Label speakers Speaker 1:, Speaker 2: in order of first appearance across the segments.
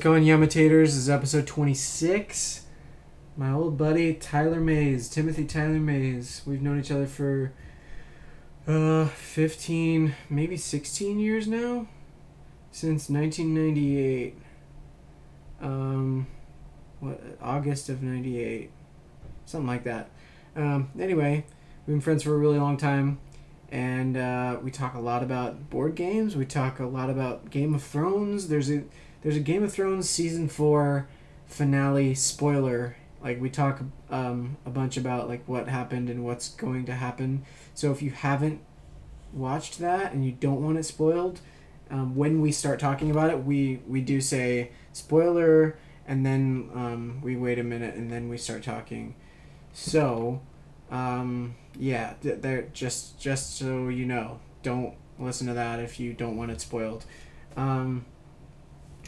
Speaker 1: Going Yamitators is episode 26. My old buddy Tyler Mays, Timothy Tyler Mays. We've known each other for uh 15, maybe 16 years now since 1998. Um what August of 98. Something like that. Um anyway, we've been friends for a really long time and uh, we talk a lot about board games. We talk a lot about Game of Thrones. There's a there's a Game of Thrones season four finale spoiler. Like we talk um, a bunch about like what happened and what's going to happen. So if you haven't watched that and you don't want it spoiled, um, when we start talking about it, we we do say spoiler, and then um, we wait a minute and then we start talking. So. Um, yeah, th- they're just just so you know, don't listen to that if you don't want it spoiled. Um,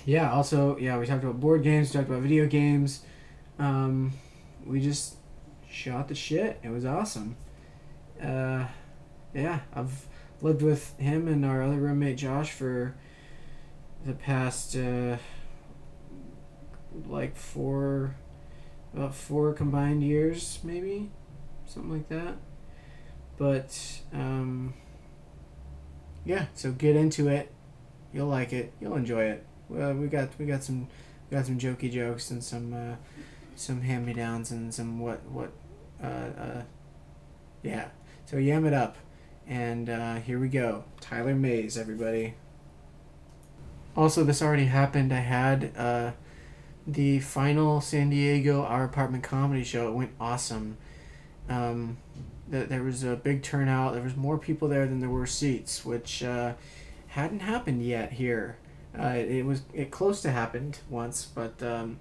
Speaker 1: yeah, also, yeah, we talked about board games, we talked about video games. Um, we just shot the shit. It was awesome. Uh, yeah, I've lived with him and our other roommate Josh for the past uh, like four about four combined years maybe something like that. But um, yeah, so get into it. You'll like it. You'll enjoy it. Well, we got we got some we got some jokey jokes and some uh, some hand me downs and some what what uh, uh, yeah. So yam it up, and uh, here we go. Tyler Mays, everybody. Also, this already happened. I had uh, the final San Diego Our Apartment Comedy Show. It went awesome um, th- there was a big turnout. There was more people there than there were seats, which uh, hadn't happened yet here. Uh, it was it close to happened once, but um,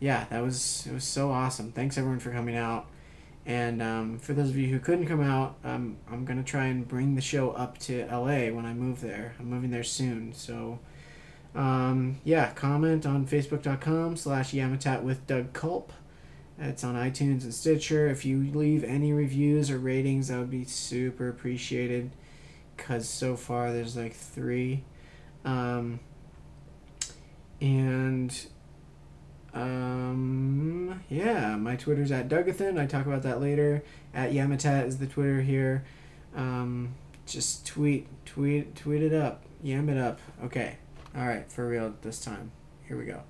Speaker 1: yeah, that was it was so awesome. Thanks everyone for coming out, and um, for those of you who couldn't come out, um, I'm gonna try and bring the show up to LA when I move there. I'm moving there soon, so. Um, yeah, comment on facebook.com slash yamatat with Doug Culp. It's on iTunes and Stitcher. If you leave any reviews or ratings, that would be super appreciated. Cause so far there's like three, um, and um, yeah, my Twitter's at Dougathan. I talk about that later. At Yamatat is the Twitter here. Um, just tweet, tweet, tweet it up, yam it up. Okay, all right, for real this time. Here we go.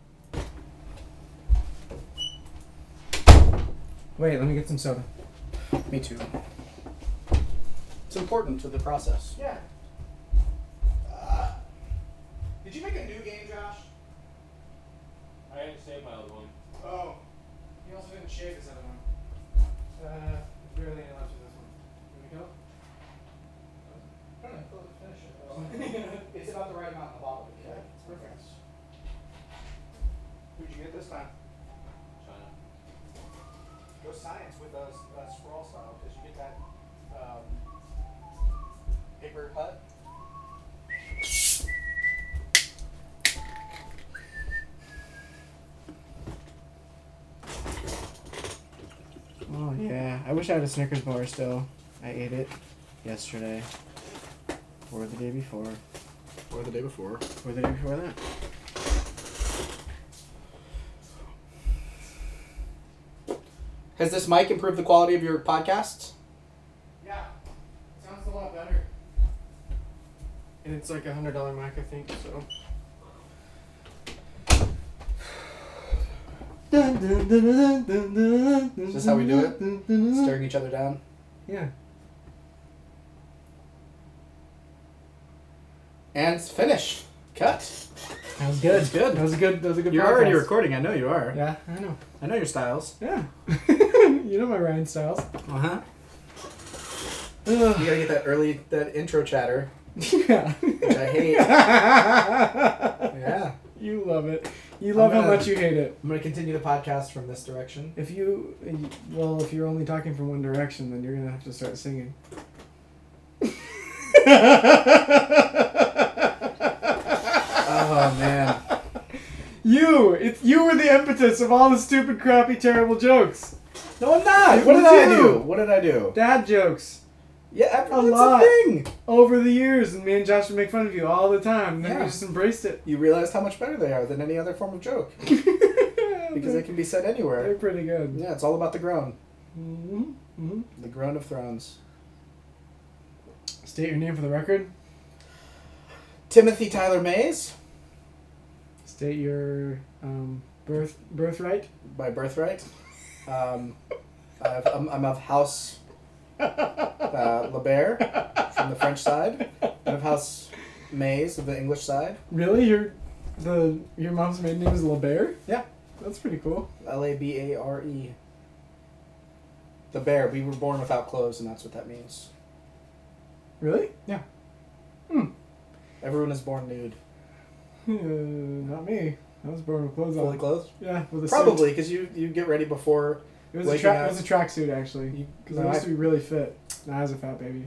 Speaker 1: Wait, let me get some soda. Me too.
Speaker 2: It's important to the process.
Speaker 1: Yeah.
Speaker 2: Did you make a new game, Josh?
Speaker 3: I had to save my other one.
Speaker 1: Oh, he also didn't shave his other one. Uh, there's barely any left of this one.
Speaker 2: I don't know. Finish it. it's about the right amount in the bottle.
Speaker 1: Yeah, it's perfect.
Speaker 2: Who'd you get this time?
Speaker 3: China.
Speaker 2: Go science with us, uh, scroll style, because you get that um, paper hut.
Speaker 1: Here we go. Oh yeah, I wish I had a Snickers bar still. I ate it yesterday, or the day before,
Speaker 2: Or the day before.
Speaker 1: or the day before that.
Speaker 2: Has this mic improved the quality of your podcasts?
Speaker 1: Yeah, sounds a lot better. And it's like a hundred dollar mic, I think. So. Is
Speaker 2: this how we do it?
Speaker 1: it?
Speaker 2: Staring each other down.
Speaker 1: Yeah.
Speaker 2: And it's finished. Cut.
Speaker 1: That was good.
Speaker 2: That's good.
Speaker 1: That was a good. That was a good.
Speaker 2: You're already
Speaker 1: podcast.
Speaker 2: recording. I know you are.
Speaker 1: Yeah, I know.
Speaker 2: I know your styles.
Speaker 1: Yeah. you know my Ryan Styles.
Speaker 2: Uh
Speaker 4: Uh-huh.
Speaker 2: huh. You
Speaker 1: Ugh.
Speaker 2: gotta get that early, that intro chatter,
Speaker 1: Yeah.
Speaker 2: which I hate. yeah.
Speaker 1: you love it. You love how
Speaker 2: gonna-
Speaker 1: much you hate it.
Speaker 2: I'm gonna continue the podcast from this direction.
Speaker 1: If you, well, if you're only talking from one direction, then you're gonna have to start singing.
Speaker 2: Oh man.
Speaker 1: You, it's you were the impetus of all the stupid, crappy, terrible jokes.
Speaker 2: No, I'm not.
Speaker 1: It
Speaker 2: What did
Speaker 1: was
Speaker 2: I
Speaker 1: you.
Speaker 2: do? What did I do?
Speaker 1: Dad jokes.
Speaker 4: Yeah,
Speaker 5: A
Speaker 4: everyone's
Speaker 5: lot.
Speaker 4: a thing.
Speaker 5: over the years, and me and Josh would make fun of you all the time. And then
Speaker 4: Yeah.
Speaker 5: we just embraced it
Speaker 4: You realize how much better they are than any other form of joke because they
Speaker 5: because
Speaker 4: can be said
Speaker 5: they're
Speaker 4: anywhere.
Speaker 5: pretty good.
Speaker 4: Yeah, it's all about the groan,
Speaker 5: Mm-hmm. Mm-hmm.
Speaker 4: the groan of thrones.
Speaker 5: State your name for the record.
Speaker 4: Timothy Tyler Mays,
Speaker 5: State your um, birth birthright.
Speaker 4: by birthright. Um, I've, I'm, I'm of House uh, Lebert from the French side, and of House Mays of the English side.
Speaker 5: Really, your the your mom's maiden name is LeBear.
Speaker 4: Yeah.
Speaker 5: that's pretty cool.
Speaker 4: L A B A R E. The bear. We were born without clothes, and that's what that means.
Speaker 5: Really?
Speaker 4: Everyone is born nude.
Speaker 5: Uh, not me. I was born with clothes
Speaker 4: Fully
Speaker 5: on.
Speaker 4: clothed?
Speaker 5: Yeah, with a Suit.
Speaker 4: Probably, because you, you get ready before.
Speaker 5: It was a
Speaker 4: Waking
Speaker 5: tra-
Speaker 4: up.
Speaker 5: it was a tracksuit actually,
Speaker 4: You,
Speaker 5: because
Speaker 4: no,
Speaker 5: I
Speaker 4: I-
Speaker 5: used to be really fit. And I was a fat baby.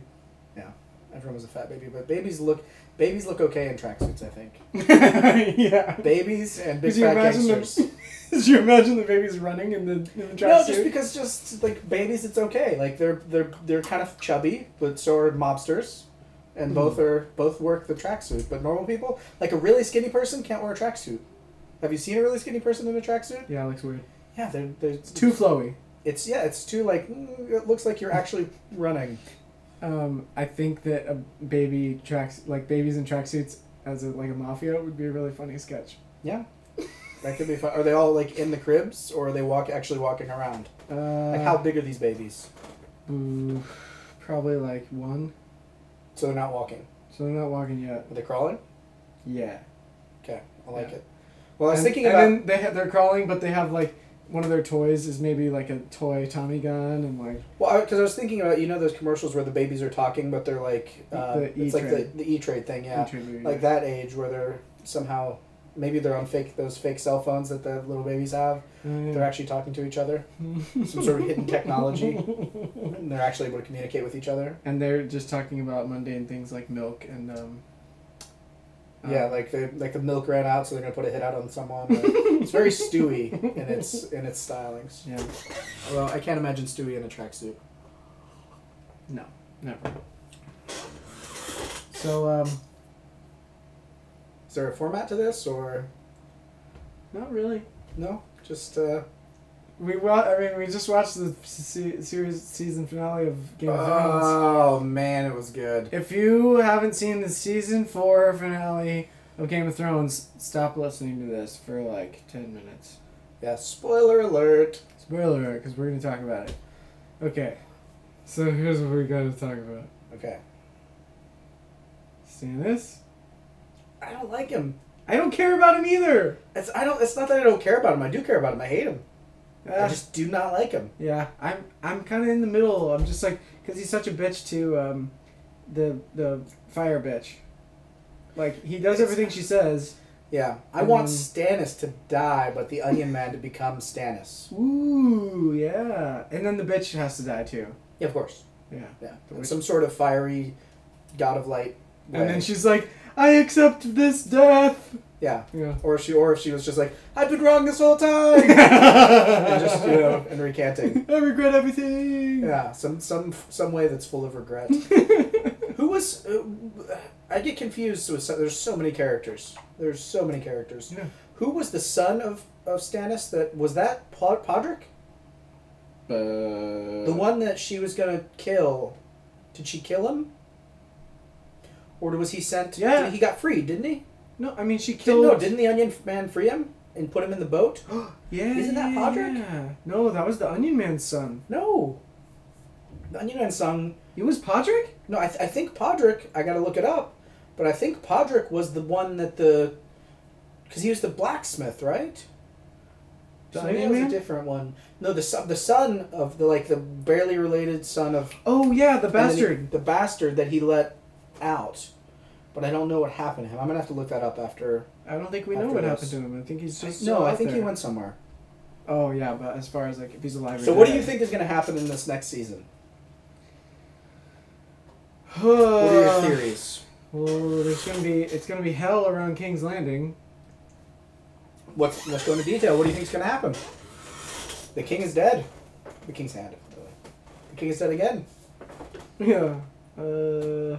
Speaker 4: everyone was a fat baby, but babies look babies look okay in tracksuits, I think.
Speaker 5: yeah.
Speaker 4: Babies and big
Speaker 5: Could you
Speaker 4: fat
Speaker 5: imagine them-
Speaker 4: gangsters.
Speaker 5: Did you imagine the baby's running in the in the
Speaker 4: No, just
Speaker 5: tracksuit?
Speaker 4: because just like babies, it's okay. Like they're they're they're kind of chubby, but so are mobsters,
Speaker 5: Hmm.
Speaker 4: and both are both work the tracksuit. But normal people, like a really skinny person, can't wear a tracksuit. Have you seen a really skinny person in a tracksuit?
Speaker 5: yeah, it looks weird.
Speaker 4: Yeah, they're, they're
Speaker 5: It's too flowy.
Speaker 4: It's yeah, it's too like mm, it looks like you're actually running.
Speaker 5: Um, I think that a baby tracks like babies in tracksuits as a, like a mafia would be a really funny sketch.
Speaker 4: Yeah, that could be fun. Are they all like in the cribs, or are they walk actually walking around?
Speaker 5: Uh,
Speaker 4: Like how big are these babies?
Speaker 5: ooh, probably like one.
Speaker 4: So they're not walking.
Speaker 5: So they're not walking yet.
Speaker 4: Are they crawling?
Speaker 5: Yeah.
Speaker 4: Okay, I like
Speaker 5: Yeah.
Speaker 4: it. Well, I was
Speaker 5: and,
Speaker 4: thinking
Speaker 5: and
Speaker 4: about
Speaker 5: then they ha- they're crawling, but they have like one of their toys is maybe like a toy Tommy gun and like
Speaker 4: Well, because I, was thinking about you know those commercials where the babies are talking, but they're like uh,
Speaker 5: The
Speaker 4: it's like the
Speaker 5: E-Trade.
Speaker 4: the E Trade thing, yeah,
Speaker 5: retriever.
Speaker 4: like that age where they're somehow maybe they're on fake those fake cell phones that the little babies have.
Speaker 5: Oh,
Speaker 4: They're actually talking to each other, some sort of hidden technology, and they're actually able to communicate with each other.
Speaker 5: and they're just talking about mundane things like milk and um.
Speaker 4: yeah,
Speaker 5: uh,
Speaker 4: like the like the milk ran out, so they're gonna put a hit out on someone. Like, it's very Stewie in its in its stylings.
Speaker 5: yeah.
Speaker 4: Although I can't imagine Stewie in a tracksuit.
Speaker 5: No, never. So, um,
Speaker 4: Is there a format to this or
Speaker 5: not really.
Speaker 4: no? Just uh,
Speaker 5: We wa- I mean, we just watched the se- series season finale of Game of Thrones.
Speaker 4: oh man, it was good.
Speaker 5: If you haven't seen the season four finale of Game of Thrones, stop listening to this for like ten minutes.
Speaker 4: Yeah, spoiler alert.
Speaker 5: Spoiler, because we're gonna talk about it. Okay. So here's what we gotta talk about.
Speaker 4: Okay.
Speaker 5: Seeing this?
Speaker 4: I don't like him.
Speaker 5: I don't care about him either.
Speaker 4: It's I don't it's not that I don't care about him. I do care about him. I hate him. I
Speaker 5: Ah.
Speaker 4: just do not like him.
Speaker 5: Yeah, I'm I'm kind of in the middle. I'm just like because he's such a bitch to um, the the fire bitch. Like he does
Speaker 4: It's-
Speaker 5: everything she says.
Speaker 4: Yeah. I want
Speaker 5: Mm.
Speaker 4: Stannis to die, but the onion man to become Stannis.
Speaker 5: Ooh, yeah. And then the bitch has to die too.
Speaker 4: Yeah, of course.
Speaker 5: Yeah.
Speaker 4: Yeah.
Speaker 5: The
Speaker 4: In
Speaker 5: witch-
Speaker 4: some sort of fiery god of light. way.
Speaker 5: And then she's like, "I accept this death."
Speaker 4: Yeah.
Speaker 5: Yeah.
Speaker 4: Or if she or if she was just like, I've been wrong this whole time and just you know, and recanting.
Speaker 5: I regret everything.
Speaker 4: Yeah, some some some way that's full of regret. Who was? Uh, I get confused with. So, there's so many characters. There's so many characters.
Speaker 5: Yeah.
Speaker 4: Who was the son of of Stannis? That was that Pod, Podrick,
Speaker 5: Uh.
Speaker 4: the one that she was gonna kill. Did she kill him? Or was he sent?
Speaker 5: Yeah.
Speaker 4: he got freed, didn't he?
Speaker 5: No, I mean she
Speaker 4: Didn't,
Speaker 5: killed.
Speaker 4: no, didn't the Onion Man free him and put him in the boat?
Speaker 5: yeah.
Speaker 4: Isn't that
Speaker 5: yeah,
Speaker 4: Podrick?
Speaker 5: yeah. No, that was the Onion Man's son.
Speaker 4: No. The Onion Man son.
Speaker 5: It was Podrick.
Speaker 4: No, I, th- I think Podrick. I gotta look it up, but I think Podrick was the one that the, because he was the blacksmith, right?
Speaker 5: The
Speaker 4: so maybe
Speaker 5: Onion
Speaker 4: that was
Speaker 5: Man?
Speaker 4: a different one. No, the son, the son of the like the barely related son of
Speaker 5: Oh yeah, the
Speaker 4: and then he-
Speaker 5: bastard.
Speaker 4: the bastard that he let out, but I don't know what happened to him. I'm gonna have to look that up after.
Speaker 5: I don't think we know
Speaker 4: After
Speaker 5: what
Speaker 4: this.
Speaker 5: happened to him. I think he's just
Speaker 4: no,
Speaker 5: still
Speaker 4: I
Speaker 5: out
Speaker 4: think he
Speaker 5: there.
Speaker 4: went somewhere.
Speaker 5: Oh yeah, but as far as like if he's alive. or
Speaker 4: So what do
Speaker 5: dead.
Speaker 4: you think is gonna happen in this next season? What
Speaker 5: Uh,
Speaker 4: are your theories?
Speaker 5: Well, there's gonna be it's gonna be hell around King's Landing.
Speaker 4: What's, let's go into detail. What do you think's going to happen? The king is dead. The king's dead. by the way. The king is dead again.
Speaker 5: Yeah. Uh,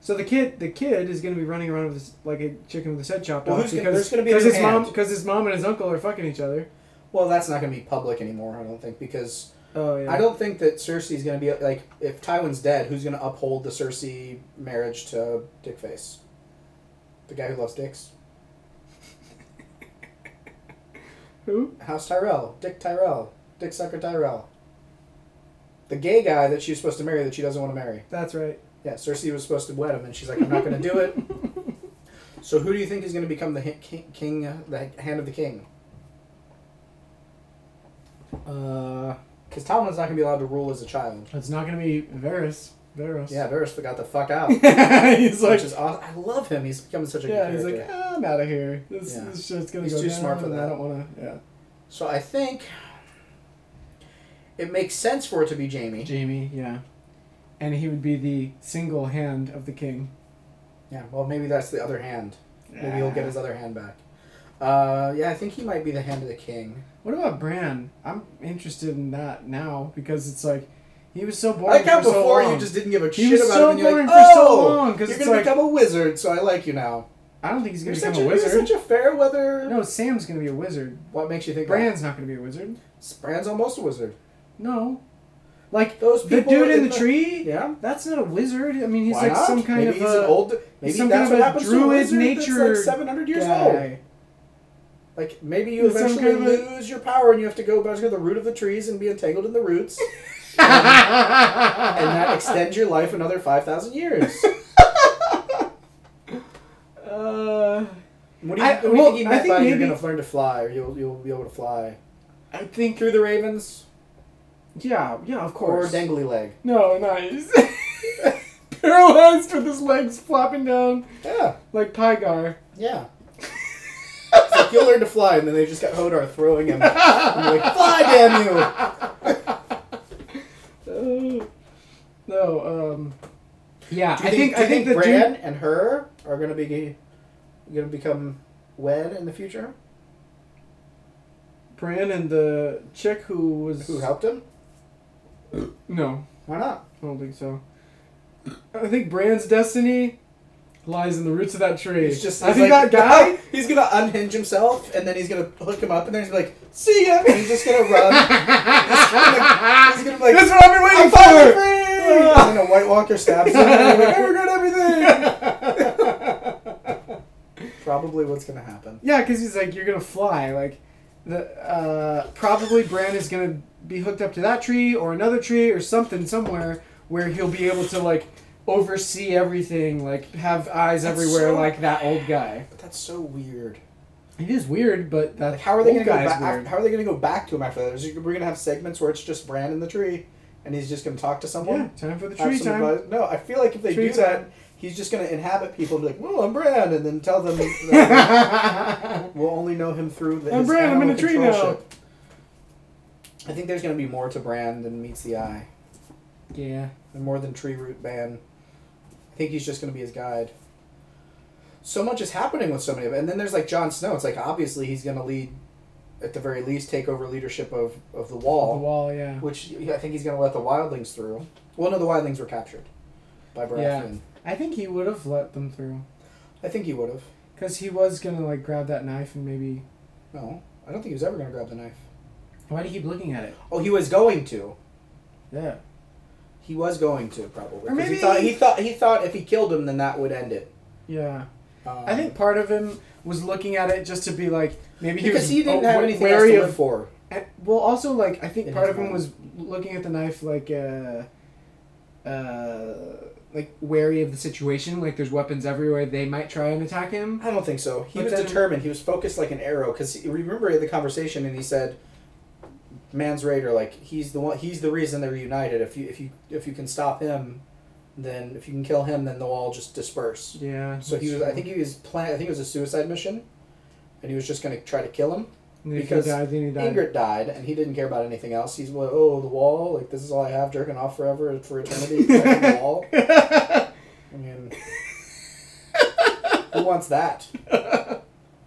Speaker 5: so the kid, the kid is gonna be running around with his, like a chicken with his head chopped
Speaker 4: Well,
Speaker 5: off
Speaker 4: who's gonna-
Speaker 5: because
Speaker 4: there's gonna be a
Speaker 5: because
Speaker 4: new
Speaker 5: his mom
Speaker 4: hand.
Speaker 5: because his mom and his uncle are fucking each other.
Speaker 4: Well, that's not going to be public anymore, I don't think, because
Speaker 5: Oh yeah.
Speaker 4: I don't think that Cersei's going to be like if Tywin's dead, who's going to uphold the Cersei marriage to Dickface? The guy who loves dicks,
Speaker 5: Who?
Speaker 4: House Tyrell, Dick Tyrell, Dick Sucker Tyrell. The gay guy that she was supposed to marry that she doesn't want to marry.
Speaker 5: That's right.
Speaker 4: Yeah, Cersei was supposed to wed him, and she's like, "I'm not going to do it." So who do you think is going to become the hi- king, king, uh, the hand of the king?
Speaker 5: Uh,
Speaker 4: Because Tomlin's not going to be allowed to rule as a child.
Speaker 5: it's not gonna be Varys. Varys.
Speaker 4: Yeah, Varys forgot the fuck out.
Speaker 5: he's like,
Speaker 4: which is awesome. I love him. He's becoming such a
Speaker 5: yeah.
Speaker 4: good
Speaker 5: He's
Speaker 4: character.
Speaker 5: like, "Ah, I'm out of here. This,
Speaker 4: Yeah.
Speaker 5: this shit's gonna
Speaker 4: He's
Speaker 5: go
Speaker 4: too
Speaker 5: down,
Speaker 4: smart for
Speaker 5: and I
Speaker 4: that.
Speaker 5: don't wanna. Yeah.
Speaker 4: so I think it makes sense for it to be Jamie.
Speaker 5: Jamie. Yeah. And he would be the single hand of the king.
Speaker 4: Yeah. Well, maybe that's the other hand. Maybe he'll get his other hand back. Uh, yeah, I think he might be the hand of the king.
Speaker 5: What about Bran? I'm interested in that now because it's like he was so boring.
Speaker 4: I like how
Speaker 5: for so
Speaker 4: before you
Speaker 5: long.
Speaker 4: just didn't give a
Speaker 5: He
Speaker 4: shit
Speaker 5: was
Speaker 4: about
Speaker 5: so
Speaker 4: him, and you're
Speaker 5: boring
Speaker 4: like,
Speaker 5: for so
Speaker 4: oh,
Speaker 5: long, 'cause
Speaker 4: you're
Speaker 5: it's
Speaker 4: gonna
Speaker 5: like-
Speaker 4: become a wizard, so I like you now.
Speaker 5: I don't think he's
Speaker 4: You're
Speaker 5: gonna
Speaker 4: such,
Speaker 5: become
Speaker 4: a,
Speaker 5: a
Speaker 4: you're
Speaker 5: wizard.
Speaker 4: such a fair weather.
Speaker 5: No, Sam's gonna be a wizard.
Speaker 4: What makes you think
Speaker 5: Bran's not gonna be a wizard.
Speaker 4: that? Bran's almost a wizard.
Speaker 5: No, like
Speaker 4: Those
Speaker 5: the
Speaker 4: people
Speaker 5: dude in the, tree.
Speaker 4: Yeah.
Speaker 5: That's not a wizard. I mean, he's
Speaker 4: Why
Speaker 5: like
Speaker 4: not?
Speaker 5: some kind
Speaker 4: maybe
Speaker 5: of
Speaker 4: he's
Speaker 5: a
Speaker 4: an old. Maybe
Speaker 5: some
Speaker 4: that's
Speaker 5: kind of
Speaker 4: what
Speaker 5: a
Speaker 4: happens to a
Speaker 5: druid
Speaker 4: wizard
Speaker 5: nature
Speaker 4: that's like 700 years old.
Speaker 5: guy.
Speaker 4: Like maybe you
Speaker 5: Some
Speaker 4: eventually
Speaker 5: kind of
Speaker 4: lose your power and you have to go back to the root of the trees and be entangled in the roots, and that extends your life another five thousand years.
Speaker 5: uh,
Speaker 4: What do you,
Speaker 5: I-
Speaker 4: what do you
Speaker 5: well,
Speaker 4: think he
Speaker 5: I
Speaker 4: meant
Speaker 5: think
Speaker 4: by you're
Speaker 5: maybe-
Speaker 4: going to learn to fly, or you'll you'll be able to fly
Speaker 5: I think.
Speaker 4: through the ravens
Speaker 5: Yeah, yeah, of
Speaker 4: or
Speaker 5: course.
Speaker 4: dangly leg?
Speaker 5: No, nice. Paralyzed with his legs flopping down
Speaker 4: Yeah,
Speaker 5: like Pygar.
Speaker 4: yeah. It's like, you'll learn to fly, and then they just got Hodor throwing him. And you're like, fly, damn you!
Speaker 5: Uh, no, um, yeah,
Speaker 4: Do you
Speaker 5: I think,
Speaker 4: do you
Speaker 5: I think, the
Speaker 4: Bran
Speaker 5: dude,
Speaker 4: and her are going to be going to become wed in the future.
Speaker 5: Bran and the chick who was
Speaker 4: Who helped him?
Speaker 5: no,
Speaker 4: Why not?
Speaker 5: I don't think so. I think Bran's destiny lies in the roots of that tree.
Speaker 4: He's just.
Speaker 5: I
Speaker 4: he's
Speaker 5: think
Speaker 4: like,
Speaker 5: that guy.
Speaker 4: He's gonna unhinge himself, and then he's gonna hook him up, and then he's gonna be like, "See ya!" And he's just gonna run. he's gonna be like,
Speaker 5: That's what I've been
Speaker 4: "I'm
Speaker 5: waiting
Speaker 4: finally
Speaker 5: for.
Speaker 4: free!" And then a White Walker stabs him, and he's like, "I regret everything." Probably what's gonna happen.
Speaker 5: Yeah, because he's like, you're gonna fly. Like, the uh, probably Bran is gonna be hooked up to that tree or another tree or something somewhere where he'll be able to like oversee everything, like have eyes
Speaker 4: That's
Speaker 5: everywhere,
Speaker 4: so-
Speaker 5: like that old guy.
Speaker 4: But that's so weird.
Speaker 5: It is weird, but that
Speaker 4: Like, how are they
Speaker 5: old
Speaker 4: gonna go
Speaker 5: guy is
Speaker 4: back?
Speaker 5: weird.
Speaker 4: How are they gonna go back to him after that? Is he- we're gonna have segments where it's just Bran in the tree, and he's just gonna talk to someone.
Speaker 5: yeah, time for the
Speaker 4: have
Speaker 5: tree
Speaker 4: some
Speaker 5: time.
Speaker 4: advice. No, I feel like if they
Speaker 5: Tree
Speaker 4: do that,
Speaker 5: time.
Speaker 4: he's just gonna inhabit people and be like, "Well, I'm Bran," and then tell them. that we'll only know him through the.
Speaker 5: I'm
Speaker 4: his
Speaker 5: Bran, I'm
Speaker 4: animal
Speaker 5: in a tree
Speaker 4: control
Speaker 5: now.
Speaker 4: ship. I think there's gonna be more to Bran than meets the eye,
Speaker 5: yeah.
Speaker 4: and more than Tree Root Ban. I think he's just gonna be his guide. So much is happening with so many of, and then there's like Jon Snow. It's like obviously he's gonna lead, at the very least, take over leadership of of the
Speaker 5: The
Speaker 4: Wall,
Speaker 5: wall, yeah.
Speaker 4: which I think he's gonna let the Wildlings through. Well, no, the Wildlings were captured by Baratheon.
Speaker 5: Yeah. I think he would have let them through.
Speaker 4: I think he would have.
Speaker 5: Because he was gonna, like, grab that knife and maybe.
Speaker 4: No, I don't think he was ever going to grab the knife.
Speaker 5: Why do you keep looking at it?
Speaker 4: Oh, he was going to.
Speaker 5: Yeah.
Speaker 4: He was going to probably. 'Cause
Speaker 5: maybe-
Speaker 4: he thought he thought he thought if he killed him, then that would end it.
Speaker 5: Yeah.
Speaker 4: Um,
Speaker 5: I think part of him was looking at it just to be like, maybe he
Speaker 4: because
Speaker 5: was
Speaker 4: he didn't
Speaker 5: oh,
Speaker 4: have
Speaker 5: wa-
Speaker 4: anything else
Speaker 5: wary
Speaker 4: to live
Speaker 5: of-
Speaker 4: for.
Speaker 5: and- well, also like I think
Speaker 4: In
Speaker 5: part
Speaker 4: his
Speaker 5: of him was looking at the knife like, uh, uh, like wary of the situation. Like there's weapons everywhere. They might try and attack him.
Speaker 4: I don't think so. He
Speaker 5: But
Speaker 4: was
Speaker 5: then-
Speaker 4: determined. He was focused like an arrow. Because remember the conversation, and he said, "Man's Raider, like he's the one. He's the reason they're united. If you if you if you can stop him, then if you can kill him, then they'll all just disperse."
Speaker 5: Yeah.
Speaker 4: So he was. I think he was plan. I think it was a suicide mission, and he was just going to try to kill him.
Speaker 5: And if
Speaker 4: because
Speaker 5: he died, then he died.
Speaker 4: Ingrid died, and he didn't care about anything else. He's like, oh, the wall, like this is all I have, jerking off forever for eternity, fucking the wall. I mean, who wants that,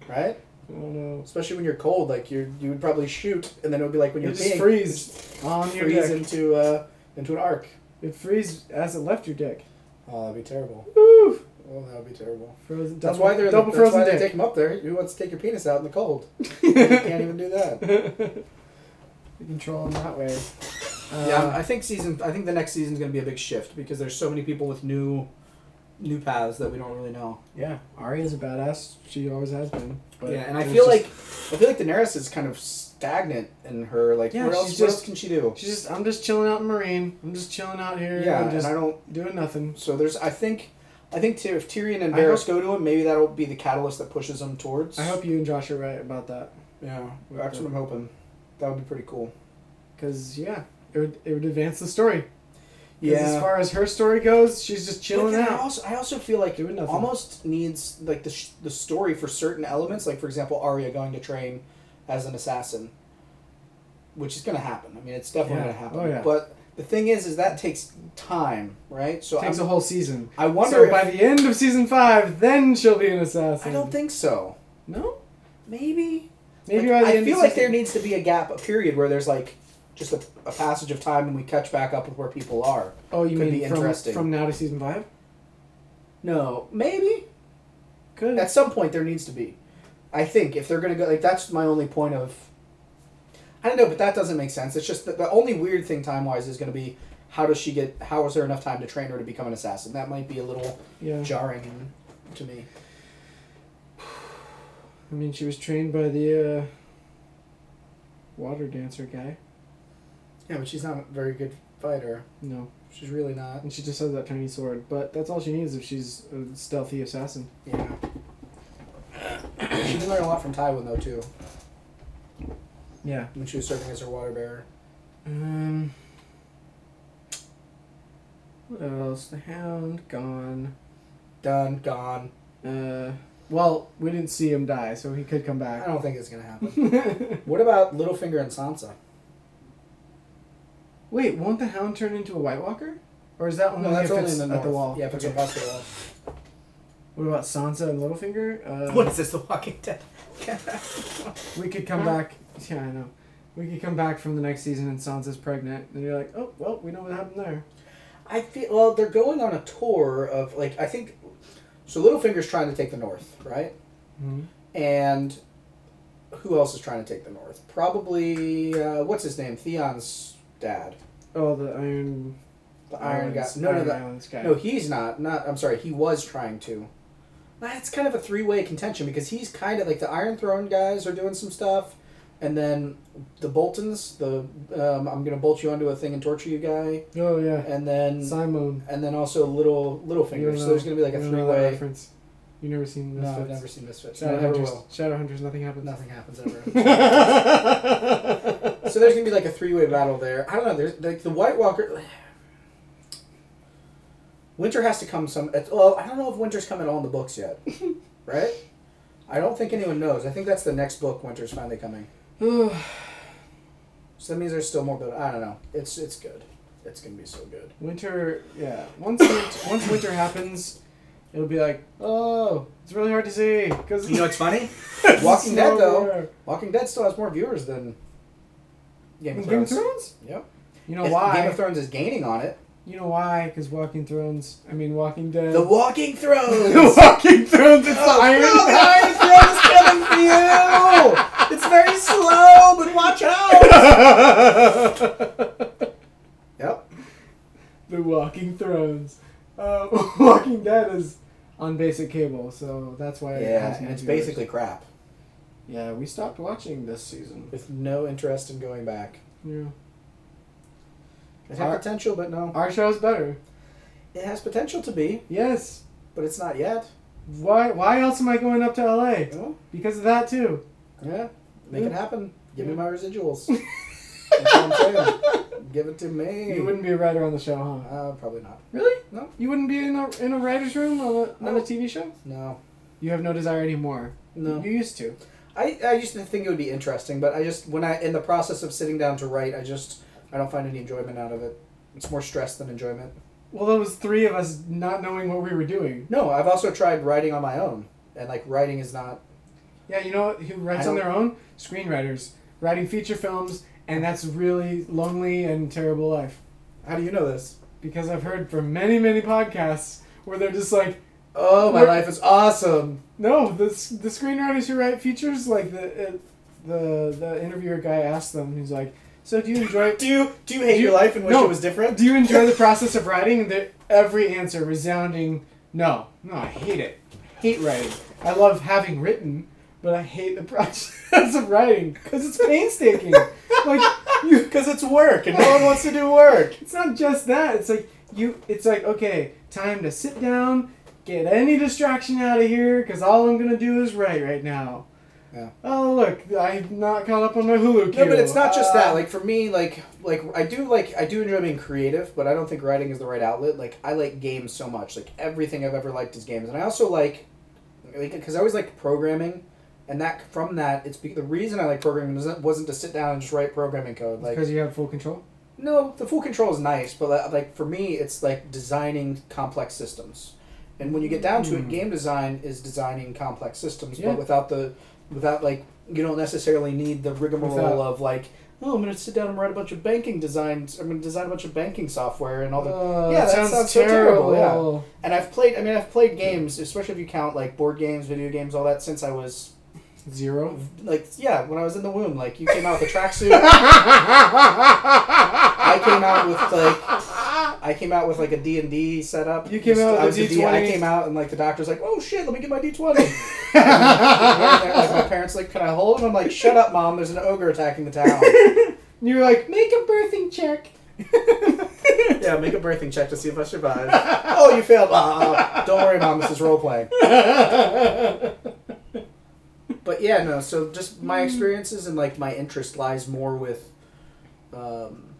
Speaker 4: right?
Speaker 5: I don't know.
Speaker 4: Especially when you're cold, like you you would probably shoot, and then it would be like when Oh,
Speaker 5: You
Speaker 4: you're
Speaker 5: just
Speaker 4: peeing,
Speaker 5: freeze on your
Speaker 4: freeze
Speaker 5: dick.
Speaker 4: into uh, into an arc.
Speaker 5: It frees as it left your dick.
Speaker 4: Oh, that'd be terrible.
Speaker 5: Woo!
Speaker 4: Oh, that would be terrible.
Speaker 5: Frozen.
Speaker 4: That's
Speaker 5: double-
Speaker 4: why they're
Speaker 5: double
Speaker 4: that's why
Speaker 5: frozen
Speaker 4: they take
Speaker 5: dick.
Speaker 4: them up there. Who wants to take your penis out in the cold? You can't even do that.
Speaker 5: You control them that way.
Speaker 4: yeah, I'm-
Speaker 5: Uh,
Speaker 4: I think season. I think the next season's going to be a big shift because there's so many people with new, new paths that we don't really know.
Speaker 5: yeah. Arya's a badass. She always has been. But
Speaker 4: yeah, and I
Speaker 5: there's
Speaker 4: feel
Speaker 5: just-
Speaker 4: like I feel like Daenerys is kind of stagnant in her. Like,
Speaker 1: Yeah,
Speaker 4: what
Speaker 1: she's
Speaker 4: else? what
Speaker 1: just-
Speaker 4: else can she do?
Speaker 1: She's just, I'm just chilling out in Marine. I'm just chilling out here.
Speaker 4: yeah,
Speaker 1: I'm just
Speaker 4: and I don't.
Speaker 1: doing nothing.
Speaker 4: So there's. I think. I think Tyr- if Tyrion and
Speaker 1: I hope-
Speaker 4: Barris go to him, maybe that'll be the catalyst that pushes him towards.
Speaker 5: I hope you and Josh are right about that.
Speaker 4: Yeah, that's what I'm hoping. That would be pretty cool.
Speaker 5: Cause yeah, it would it would advance the story. 'Cause As
Speaker 4: Yeah.
Speaker 5: far as her story goes, she's just
Speaker 4: But
Speaker 5: chilling
Speaker 4: then I
Speaker 5: out.
Speaker 4: also, I also feel like it
Speaker 5: Doing nothing.
Speaker 4: almost needs like the, sh- the story for certain elements, like for example, Arya going to train as an assassin, which is going to happen. I mean, it's definitely
Speaker 5: Yeah.
Speaker 4: going to happen.
Speaker 5: Oh, yeah.
Speaker 4: But the thing is, is that takes time, right? So
Speaker 5: Takes
Speaker 4: I'm,
Speaker 5: a whole season.
Speaker 4: I wonder.
Speaker 5: so
Speaker 4: if,
Speaker 5: by the end of season five, then she'll be an assassin.
Speaker 4: I don't think so.
Speaker 5: No.
Speaker 4: Maybe.
Speaker 5: Maybe
Speaker 4: Like,
Speaker 5: by the
Speaker 4: I
Speaker 5: end
Speaker 4: feel
Speaker 5: of
Speaker 4: like
Speaker 5: season-
Speaker 4: there needs to be a gap, a period where there's like just a, a passage of time and we catch back up with where people are.
Speaker 5: Oh, you
Speaker 4: could
Speaker 5: mean
Speaker 4: be
Speaker 5: from,
Speaker 4: interesting.
Speaker 5: from now to season five?
Speaker 4: No, maybe.
Speaker 5: Could.
Speaker 4: At some point, there needs to be. I think if they're gonna go, like that's my only point of. I don't know, but that doesn't make sense. It's just the, the only weird thing time wise is gonna be how does she get? How is there enough time to train her to become an assassin? That might be a little
Speaker 5: yeah.
Speaker 4: jarring to me.
Speaker 5: I mean, she was trained by the uh, water dancer guy.
Speaker 4: Yeah, but she's not a very good fighter.
Speaker 5: No,
Speaker 4: She's really not.
Speaker 5: and she just has that tiny sword. But that's all she needs if she's a stealthy assassin.
Speaker 4: Yeah. she did learn a lot from Tywin though too
Speaker 5: Yeah.
Speaker 4: when she was serving as her water bearer.
Speaker 5: Um. What else? The Hound gone.
Speaker 4: Done, gone.
Speaker 5: Uh. Well, we didn't see him die, so he could come
Speaker 4: I
Speaker 5: back.
Speaker 4: don't think it's gonna happen. what about Littlefinger and Sansa?
Speaker 5: Wait, won't the Hound turn into a White Walker? Or is that only if it's at the
Speaker 4: north.
Speaker 5: wall?
Speaker 4: Yeah, if it's
Speaker 5: Okay.
Speaker 4: across the wall.
Speaker 5: What about Sansa and Littlefinger? Uh,
Speaker 4: What is this, The Walking Dead?
Speaker 5: We could come back. Yeah, I know. We could come back from the next season and Sansa's pregnant, and you're like, oh, well, we know what happened there.
Speaker 4: I feel well. They're going on a tour of like I think. So Littlefinger's trying to take the North, right?
Speaker 5: Mhm.
Speaker 4: And who else is trying to take the North? Probably uh, what's his name? Theon's dad,
Speaker 5: Oh, the Iron
Speaker 4: the Iron Guy.
Speaker 5: Islands-
Speaker 4: No, no,
Speaker 5: Iron
Speaker 4: the,
Speaker 5: Islands guy.
Speaker 4: no. He's not. Not. I'm sorry. He was trying to. That's kind of a three-way contention because he's kind of like the Iron Throne guys are doing some stuff, and then the Boltons, the um, I'm gonna bolt you onto a thing and torture you guy,
Speaker 5: Oh yeah,
Speaker 4: and then
Speaker 5: Simon.
Speaker 4: and then also little little
Speaker 5: You don't
Speaker 4: fingers. Mm. So there's
Speaker 5: know-
Speaker 4: gonna be like a
Speaker 5: you don't know
Speaker 4: three
Speaker 5: that
Speaker 4: way.
Speaker 5: reference. You never seen
Speaker 4: No,
Speaker 5: this?
Speaker 4: I've never seen Misfits. No, I never
Speaker 5: Shadowhunters.
Speaker 4: will.
Speaker 5: Shadowhunters. Nothing happens.
Speaker 4: Nothing happens ever. so there's gonna be like a three way battle there. I don't know. There's like the White Walker. Winter has to come some. it's- Well, I don't know if winter's come at all in the books yet, right? I don't think anyone knows. I think that's the next book. Winter's finally coming. So that means there's still more. But I don't know. It's it's good. It's gonna be so good.
Speaker 5: winter. Yeah. Once winter, once winter happens, it'll be like, oh, it's really hard to see because
Speaker 4: what's funny? Walking Dead though. Walking Dead still has more viewers than Game of
Speaker 5: Game of
Speaker 4: Thrones.
Speaker 5: Thrones.
Speaker 4: Yep.
Speaker 5: You know
Speaker 4: If
Speaker 5: why?
Speaker 4: Game of Thrones is gaining on it.
Speaker 5: You know why? Because Walking Thrones. I mean, Walking Dead.
Speaker 4: The Walking Thrones.
Speaker 5: The Walking Thrones. It's
Speaker 4: Oh,
Speaker 5: the Iron.
Speaker 4: no, the Iron Throne is coming for you. It's very slow, but watch out. Yep.
Speaker 5: the Walking Thrones. Uh, Walking Dead is on basic cable, so that's why. it
Speaker 4: Yeah,
Speaker 5: has no
Speaker 4: and it's
Speaker 5: viewers.
Speaker 4: basically crap
Speaker 5: Yeah, we stopped watching this season.
Speaker 4: with no interest in going back.
Speaker 5: Yeah.
Speaker 4: It had potential, but no.
Speaker 5: Our show's better.
Speaker 4: It has potential to be,
Speaker 5: Yes.
Speaker 4: but it's not yet.
Speaker 5: Why? Why else am I going up to LA?
Speaker 4: Well,
Speaker 5: Because of that too.
Speaker 4: yeah, make it happen. Give me
Speaker 5: Yeah.
Speaker 4: my residuals. That's what I'm saying. Give it to me.
Speaker 5: You wouldn't be a writer on the show, huh?
Speaker 4: Uh, probably not.
Speaker 5: Really?
Speaker 4: No.
Speaker 5: You wouldn't be in a in a writer's room on a, on
Speaker 4: No.
Speaker 5: a TV show.
Speaker 4: No.
Speaker 5: You have no desire anymore.
Speaker 4: No.
Speaker 5: You used to.
Speaker 4: I, I used to think it would be interesting, but I just when I in the process of sitting down to write, I just I don't find any enjoyment out of it. It's more stress than enjoyment.
Speaker 5: Well, that was three of us not knowing what we were doing.
Speaker 4: No, I've also tried writing on my own, and like writing is not.
Speaker 5: Yeah, you know who writes
Speaker 4: I
Speaker 5: on
Speaker 4: don't-
Speaker 5: their own? Screenwriters writing feature films, and that's really lonely and terrible life
Speaker 4: How do you know this?
Speaker 5: because I've heard from many, many podcasts where they're just like,
Speaker 4: Oh, my
Speaker 5: We're-
Speaker 4: life is awesome.
Speaker 5: no, the s- the screenwriters who write features, like the it, the the interviewer guy asked them, he's like, so do you enjoy
Speaker 4: Do you do you hate
Speaker 5: Do you-
Speaker 4: your life and wish
Speaker 5: No.
Speaker 4: it was different?
Speaker 5: do you enjoy the process of writing? And the, every answer resounding, no, no, I hate it, I hate writing. I love having written, but I hate the process of writing because it's painstaking. like you
Speaker 4: Because it's work, and no one wants to do work.
Speaker 5: it's not just that. It's like you. It's like okay, time to sit down, get any distraction out of here, because all I'm gonna do is write right now.
Speaker 4: Yeah.
Speaker 5: Oh look, I'm not caught up on my Hulu queue.
Speaker 4: No, but it's not just
Speaker 5: Uh,
Speaker 4: that. Like for me, like like I do like I do enjoy being creative, but I don't think writing is the right outlet. Like I like games so much. Like everything I've ever liked is games, and I also like like because I always liked programming, and that from that it's be, the reason I like programming wasn't, wasn't to sit down and just write programming code. Like
Speaker 5: because you have full control.
Speaker 4: No, the full control is nice, but li- like for me, it's like designing complex systems. And when you get down to it, game design is designing complex systems,
Speaker 5: Hmm. Yeah.
Speaker 4: but without the, without like you don't necessarily need the rigmarole
Speaker 5: Without-
Speaker 4: of like, oh, I'm gonna sit down and write a bunch of banking designs. I'm gonna design a bunch of banking software and all the.
Speaker 5: Uh,
Speaker 4: yeah, that
Speaker 5: sounds,
Speaker 4: sounds so
Speaker 5: terrible.
Speaker 4: terrible, And I've played. I mean, I've played games, especially if you count like board games, video games, all that. Since I was
Speaker 5: Zero.
Speaker 4: like, yeah, when I was in the womb, like you came out with a tracksuit. I came out with like I came out with like a D and D setup.
Speaker 5: You came out with
Speaker 4: I
Speaker 5: a
Speaker 4: was D- I
Speaker 5: D20.
Speaker 4: came out and like the doctor's like, oh shit, let me get my D twenty. like, my parents like, can I hold? And I'm like, shut up, mom. There's an ogre attacking the town.
Speaker 5: And you're like, make a birthing check.
Speaker 4: yeah, make a birthing check to see if I survive. oh, you failed. Ah, don't worry, mom. This is role playing. But yeah, no. So just my experiences and like my interest lies more with, um,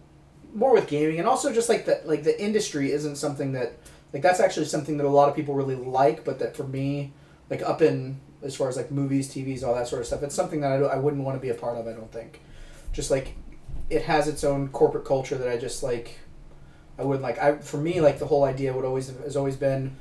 Speaker 4: more with gaming, and also just like the like the industry isn't something that like that's actually something that a lot of people really like, but that for me, like up in as far as like movies, TVs, all that sort of stuff, it's something that I, don't- I wouldn't want to be a part of. I don't think, just like it has its own corporate culture that I just like. I would like I for me like the whole idea would always has always been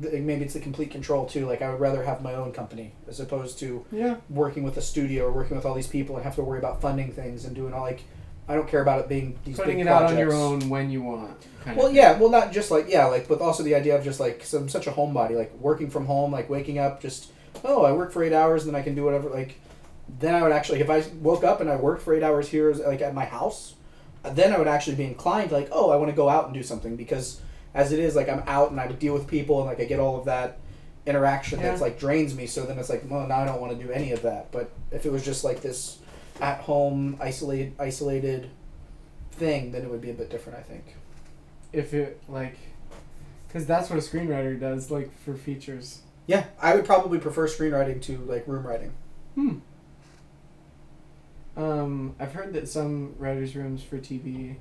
Speaker 4: maybe it's the complete control too. Like I would rather have my own company as opposed to
Speaker 5: Yeah.
Speaker 4: working with a studio or working with all these people and have to worry about funding things and doing all like I don't care about it being these
Speaker 5: Putting
Speaker 4: big
Speaker 5: it out on
Speaker 4: projects.
Speaker 5: your own when you want. kind of
Speaker 4: Well,
Speaker 5: thing.
Speaker 4: yeah, well, not just like yeah, like but also the idea of just like some such a homebody, like working from home, like waking up, just oh, I work for eight hours and then I can do whatever. Like then I would actually, if I woke up and I worked for eight hours here, like at my house, then I would actually be inclined like oh, I want to go out and do something because as it is, like I'm out and I would deal with people and like I get all of that interaction that's
Speaker 5: Yeah.
Speaker 4: like drains me. So then it's like well, now I don't want to do any of that. But if it was just like this at home, isolated, isolated thing, then it would be a bit different, I think.
Speaker 5: If it like, because that's what a screenwriter does, like for features.
Speaker 4: Yeah, I would probably prefer screenwriting to like room writing.
Speaker 5: Hmm. Um, I've heard that some writers' rooms for TV,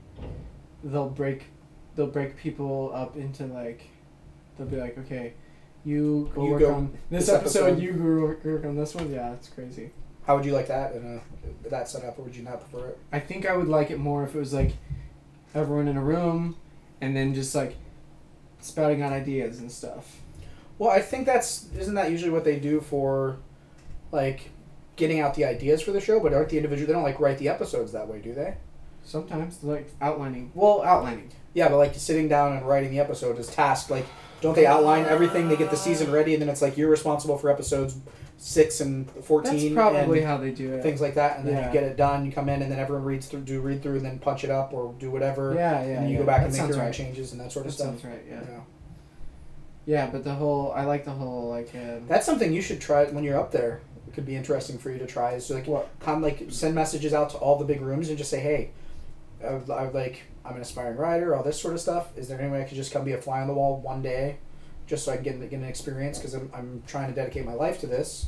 Speaker 5: they'll break, they'll break people up into like, they'll be like, okay, you go
Speaker 4: You
Speaker 5: work
Speaker 4: go
Speaker 5: on this,
Speaker 4: this
Speaker 5: episode,
Speaker 4: episode."
Speaker 5: you go work, work on this one. Yeah, it's crazy.
Speaker 4: How would you like that in a, that setup, or would you not prefer it?
Speaker 5: I think I would like it more if it was like, everyone in a room, and then just like, spouting out ideas and stuff.
Speaker 4: Well, I think that's isn't that usually what they do for, like, getting out the ideas for the show. But aren't the individual they don't like write the episodes that way, do they?
Speaker 5: Sometimes like outlining. Well, outlining.
Speaker 4: Yeah, but like sitting down and writing the episode is tasked. Like, don't they outline everything? They get the season ready, and then it's like you're responsible for episodes six and
Speaker 5: That's
Speaker 4: fourteen.
Speaker 5: probably
Speaker 4: and-
Speaker 5: how they do it.
Speaker 4: Things like that, and then
Speaker 5: Yeah.
Speaker 4: you get it done. You come in, and then everyone reads through, do read through, and then punch it up or do whatever.
Speaker 5: yeah, yeah.
Speaker 4: and then you
Speaker 5: yeah.
Speaker 4: go back
Speaker 5: That
Speaker 4: and make
Speaker 5: sounds
Speaker 4: your own
Speaker 5: right.
Speaker 4: changes and that sort
Speaker 5: That
Speaker 4: of stuff.
Speaker 5: sounds right. Yeah.
Speaker 4: you know.
Speaker 5: Yeah, but the whole I like the whole like um,
Speaker 4: That's something you should try when you're up there. It could be interesting for you to try. Is like
Speaker 5: What?
Speaker 4: con- like send messages out to all the big rooms and just say, hey, I would, I would like I'm an aspiring writer, all this sort of stuff. Is there any way I could just come be a fly on the wall one day, just so I can get, an- get an experience? Because I'm, I'm trying to dedicate my life to this.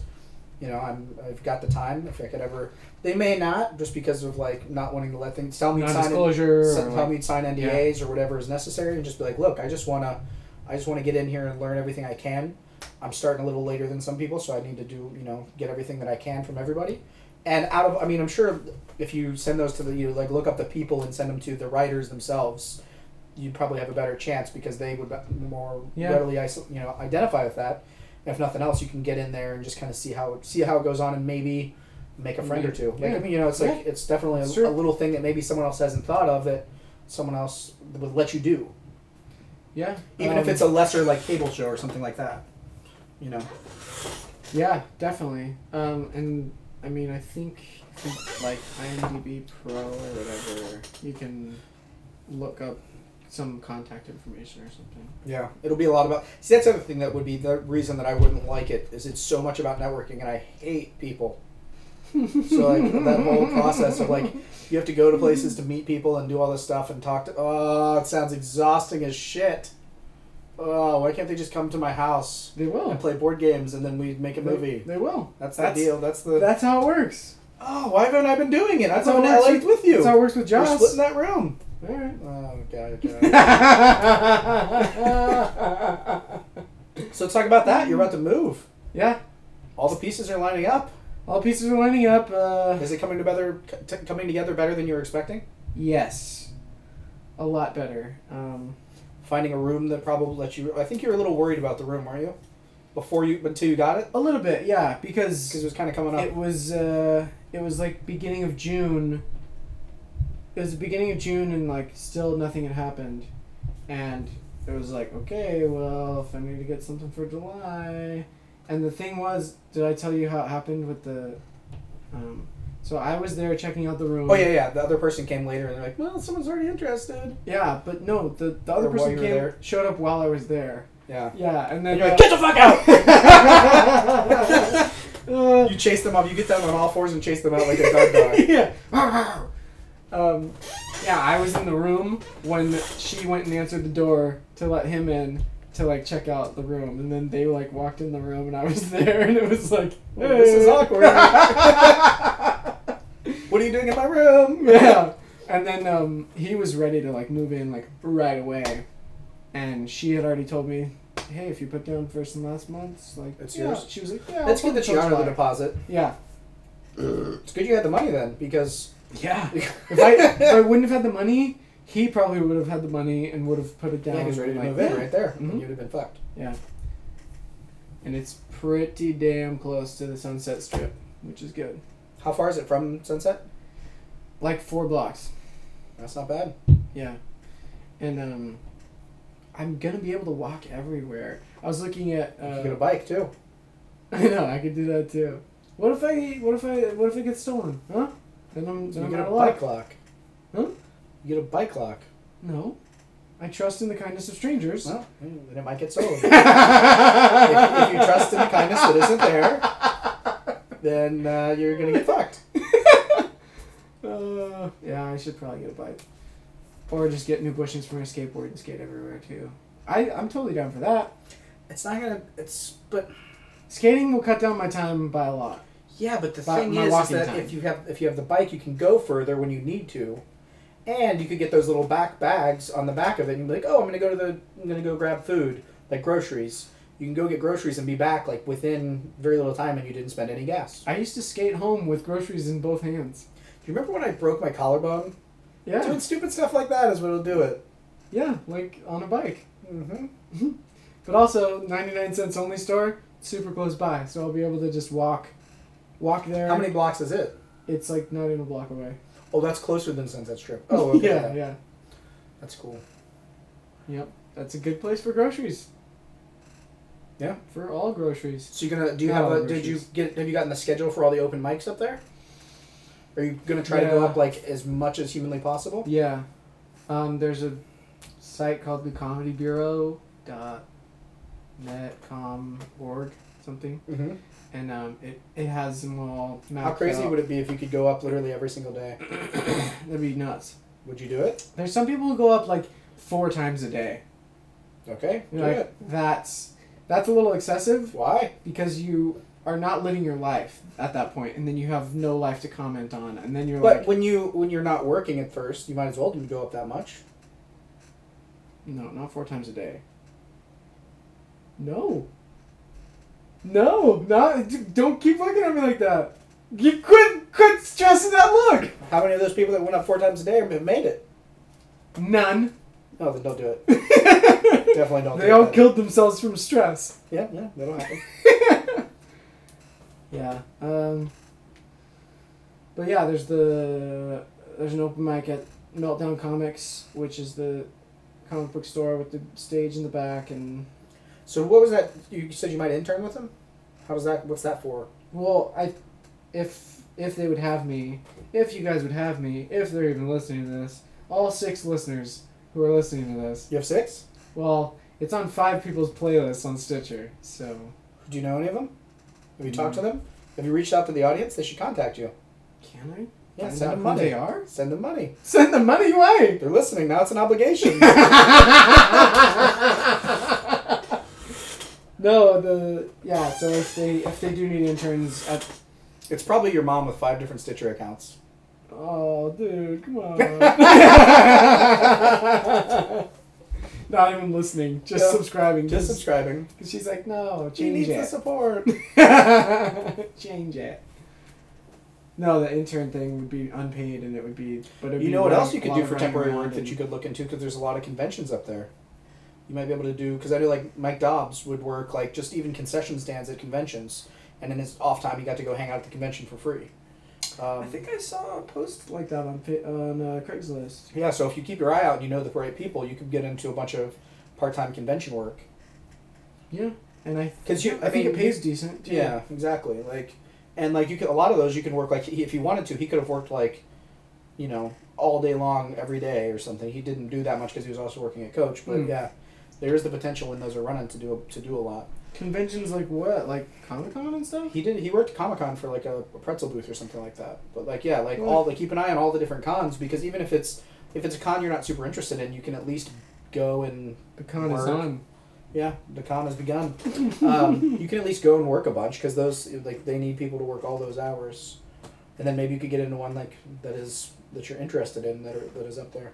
Speaker 4: You know, I'm I've got the time. If I could ever, they may not just because of like not wanting to let things tell me to sign it
Speaker 5: non-disclosure. or,
Speaker 4: some,
Speaker 5: like-
Speaker 4: how we'd sign NDAs or whatever is necessary, and just be like, look, I just wanna, I just wanna get in here and learn everything I can. I'm starting a little later than some people, so I need to do, you know, get everything that I can from everybody. And out of, I mean, I'm sure if you send those to the, you like look up the people and send them to the writers themselves, you probably have a better chance because they would be- more
Speaker 5: Yeah.
Speaker 4: readily, iso- you know, identify with that. If nothing else, you can get in there and just kind of see how see how it goes on, and maybe make a friend or two. Like, I
Speaker 5: Yeah.
Speaker 4: mean, you know, it's like
Speaker 5: Yeah.
Speaker 4: it's definitely a,
Speaker 5: Sure.
Speaker 4: a little thing that maybe someone else hasn't thought of that someone else would let you do.
Speaker 5: Yeah.
Speaker 4: even if
Speaker 5: um,
Speaker 4: it's a lesser like cable show or something like that. You know,
Speaker 5: Yeah, definitely. Um, and I mean, I think, I think, like IMDb Pro or whatever, you can look up some contact information or something.
Speaker 4: yeah, it'll be a lot about. See, that's the other thing that would be the reason that I wouldn't like it is it's so much about networking, and I hate people. so like that whole process of like you have to go to places to meet people and do all this stuff and talk to. Oh, it sounds exhausting as shit. Oh, why can't they just come to my house
Speaker 5: They will.
Speaker 4: and play board games and then we make a
Speaker 5: They-
Speaker 4: movie?
Speaker 5: They will.
Speaker 4: That's the
Speaker 5: That's-
Speaker 4: deal. That's the.
Speaker 5: That's how it works.
Speaker 4: oh, why haven't I been doing it? That's
Speaker 5: Well,
Speaker 4: how I
Speaker 5: that's
Speaker 4: liked with you.
Speaker 5: That's how it works with
Speaker 4: We're
Speaker 5: Joss.
Speaker 4: splitting that room.
Speaker 5: All right.
Speaker 4: Oh god. god.
Speaker 5: yeah.
Speaker 4: so talk about that. You're about to move. All the pieces are lining up.
Speaker 5: All pieces are lining up. Uh,
Speaker 4: Is it coming together? T- coming together better than you were expecting?
Speaker 5: yes. A lot better. Um,
Speaker 4: Finding a room that probably lets you. I think you were a little worried about the room, weren't you? Before you, until you got it,
Speaker 5: a little bit, yeah, because
Speaker 4: because it was kind of coming up.
Speaker 5: It was uh, it was like beginning of June. It was the beginning of June, and like still nothing had happened, and it was like, okay, well, if I need to get something for July, and the thing was, did I tell you how it happened with the, um, so I was there checking out the room.
Speaker 4: oh yeah, yeah. The other person came later, and they're like, "Well, someone's already interested."
Speaker 5: Yeah, but no, the, the other
Speaker 4: Or while
Speaker 5: person
Speaker 4: you were
Speaker 5: came
Speaker 4: there?
Speaker 5: showed up while I was there.
Speaker 4: Yeah.
Speaker 5: Yeah, and then
Speaker 4: And you're like,
Speaker 5: uh,
Speaker 4: "Get the fuck out!"
Speaker 5: uh,
Speaker 4: you chase them off. You get down on all fours and chase them out like a dog dog.
Speaker 5: yeah. um, yeah, I was in the room when she went and answered the door to let him in to like check out the room, and then they like walked in the room, and I was there, and it was like,
Speaker 4: Well, this is
Speaker 5: "Hey."
Speaker 4: awkward. what are you doing in my room?
Speaker 5: yeah. And then um, he was ready to like move in like right away, and she had already told me, "Hey, if you put down first and last months, like
Speaker 4: It's
Speaker 5: yeah."
Speaker 4: yours.
Speaker 5: She was like, "Yeah,
Speaker 4: That's
Speaker 5: I'll
Speaker 4: good that
Speaker 5: put
Speaker 4: you
Speaker 5: it till
Speaker 4: honor the
Speaker 5: July."
Speaker 4: deposit.
Speaker 5: Yeah,
Speaker 4: It's good you had the money then, because
Speaker 5: yeah. If I, if I wouldn't have had the money, he probably would have had the money and would have put it down.
Speaker 4: yeah, he was ready to
Speaker 5: like,
Speaker 4: move in Mm-hmm.
Speaker 5: yeah.
Speaker 4: right there.
Speaker 5: Mhm.
Speaker 4: You'd have been fucked.
Speaker 5: Yeah. And it's pretty damn close to the Sunset Strip, which is good.
Speaker 4: How far is it from Sunset?
Speaker 5: Like four blocks.
Speaker 4: That's not bad.
Speaker 5: Yeah. And um I'm gonna be able to walk everywhere. I was looking at
Speaker 4: you could get a
Speaker 5: uh,
Speaker 4: bike too.
Speaker 5: I know, I could do that too. What if I what if I what if it gets stolen? Huh? Then I'm
Speaker 4: You
Speaker 5: then I'm
Speaker 4: get
Speaker 5: out
Speaker 4: a
Speaker 5: of
Speaker 4: bike
Speaker 5: luck.
Speaker 4: lock. Hmm?
Speaker 5: Huh?
Speaker 4: You get a bike lock.
Speaker 5: No. I trust in the kindness of strangers.
Speaker 4: Well, then it might get stolen. if, if you trust in the kindness that isn't there, then uh, you're gonna get fucked.
Speaker 5: Uh, yeah, I should probably get a bike, or just get new bushings for my skateboard and skate everywhere too. I I'm totally down for that.
Speaker 4: It's not gonna. It's but
Speaker 5: Skating will cut down my time by a lot.
Speaker 4: Yeah, but the
Speaker 5: But
Speaker 4: thing
Speaker 5: my
Speaker 4: is, is
Speaker 5: walking
Speaker 4: that
Speaker 5: time.
Speaker 4: if you have if you have the bike, you can go further when you need to, and you could get those little back bags on the back of it, and be like, oh, I'm gonna go to the I'm gonna go grab food like groceries. You can go get groceries and be back like within very little time, and you didn't spend any gas.
Speaker 5: I used to skate home with groceries in both hands.
Speaker 4: Do you remember when I broke my collarbone?
Speaker 5: Yeah,
Speaker 4: Doing stupid stuff like that is what'll do it.
Speaker 5: yeah, like on a bike.
Speaker 4: Mm-hmm.
Speaker 5: But also, ninety nine cents only store super close by, so I'll be able to just walk, walk there.
Speaker 4: How many blocks is it?
Speaker 5: It's like not even a block away.
Speaker 4: Oh, that's closer than Sunset Strip. Oh, okay.
Speaker 5: yeah, yeah,
Speaker 4: That's cool.
Speaker 5: yep. That's a good place for groceries.
Speaker 4: Yeah.
Speaker 5: for all groceries.
Speaker 4: So you're gonna do you
Speaker 5: Not
Speaker 4: have
Speaker 5: all
Speaker 4: a
Speaker 5: the
Speaker 4: did you
Speaker 5: groceries.
Speaker 4: get have you gotten the schedule for all the open mics up there? Are you gonna try to go
Speaker 5: Yeah.
Speaker 4: up like as much as humanly possible?
Speaker 5: Yeah. Um, there's a site called the Comedy Bureau dot net com org something,
Speaker 4: Mm-hmm.
Speaker 5: and um, it it has them all.
Speaker 4: How
Speaker 5: mapped
Speaker 4: crazy
Speaker 5: out.
Speaker 4: would it be if you could go up literally every single day?
Speaker 5: That'd be nuts.
Speaker 4: Would you do it?
Speaker 5: There's some people who go up like four times a day.
Speaker 4: Okay,
Speaker 5: You're
Speaker 4: do
Speaker 5: like,
Speaker 4: it.
Speaker 5: that's that's a little excessive
Speaker 4: Why?
Speaker 5: because you are not living your life at that point, and then you have no life to comment on, and then you're
Speaker 4: But
Speaker 5: like,
Speaker 4: when you when you're not working at first, you might as well go up that much.
Speaker 5: no, not four times a day. No. No, not d- don't keep looking at me like that. You quit quit stressing that look.
Speaker 4: How many of those people that went up four times a day have made it?
Speaker 5: None.
Speaker 4: No, then don't do it.
Speaker 5: they
Speaker 4: Definitely don't. do
Speaker 5: all
Speaker 4: it.
Speaker 5: killed themselves from stress.
Speaker 4: Yeah, yeah, that'll happen.
Speaker 5: Yeah. Um, but yeah, there's the there's an open mic at Meltdown Comics, which is the comic book store with the stage in the back and
Speaker 4: So what was that? You said you might intern with him. How does that? What's that for?
Speaker 5: well, I if if they would have me, if you guys would have me, if they're even listening to this, all six listeners who are listening to this,
Speaker 4: You have six.
Speaker 5: well, it's on five people's playlists on Stitcher, so
Speaker 4: Do you know any of them? Have you talked to them? Have you reached out to the audience? They should contact you.
Speaker 5: can I?
Speaker 4: Yeah,
Speaker 5: find
Speaker 4: send
Speaker 5: out
Speaker 4: them
Speaker 5: who
Speaker 4: money.
Speaker 5: They are
Speaker 4: Send them money.
Speaker 5: send the money away.
Speaker 4: They're listening now. It's an obligation.
Speaker 5: No, the yeah. So if they if they do need interns at
Speaker 4: it's probably your mom with five different Stitcher accounts.
Speaker 5: Oh, dude, come on. Not even listening, just
Speaker 4: Yeah.
Speaker 5: subscribing.
Speaker 4: Just
Speaker 5: Just,
Speaker 4: subscribing.
Speaker 5: she's like, no,
Speaker 4: She
Speaker 5: change
Speaker 4: needs the
Speaker 5: it.
Speaker 4: support.
Speaker 5: change it. No, the intern thing would be unpaid, and it would be. But it'd
Speaker 4: You
Speaker 5: be
Speaker 4: know what
Speaker 5: running-
Speaker 4: else you
Speaker 5: a
Speaker 4: could
Speaker 5: lot
Speaker 4: do
Speaker 5: of
Speaker 4: for
Speaker 5: running
Speaker 4: temporary
Speaker 5: around
Speaker 4: work that
Speaker 5: and-
Speaker 4: you could look into because there's a lot of conventions up there. You might be able to do because I know like Mike Dobbs would work like just even concession stands at conventions, and in his off time he got to go hang out at the convention for free. Um,
Speaker 5: I think I saw a post like that on Fa- on uh, Craigslist.
Speaker 4: yeah, so if you keep your eye out and you know the right people, you could get into a bunch of part time convention work.
Speaker 5: Yeah, and I
Speaker 4: 'Cause you-
Speaker 5: I,
Speaker 4: I
Speaker 5: think
Speaker 4: mean,
Speaker 5: it pays decent. too.
Speaker 4: Yeah, exactly. Like, and like you could a lot of those you can work like he, if he wanted to he could have worked like, you know, all day long every day or something. He didn't do that much because he was also working at Coach. But
Speaker 5: Mm.
Speaker 4: yeah, there is the potential when those are running to do to do a lot.
Speaker 5: Conventions like what, like Comic Con and stuff.
Speaker 4: He did he worked Comic Con for like a, a pretzel booth or something like that. But like yeah, like
Speaker 5: Right.
Speaker 4: all the keep an eye on all the different cons because even if it's if it's a con you're not super interested in, you can at least go and
Speaker 5: The con is
Speaker 4: Work.
Speaker 5: on.
Speaker 4: yeah, the con has begun. um, you can at least go and work a bunch because those like they need people to work all those hours, and then maybe you could get into one like that is that you're interested in that are, that is up there.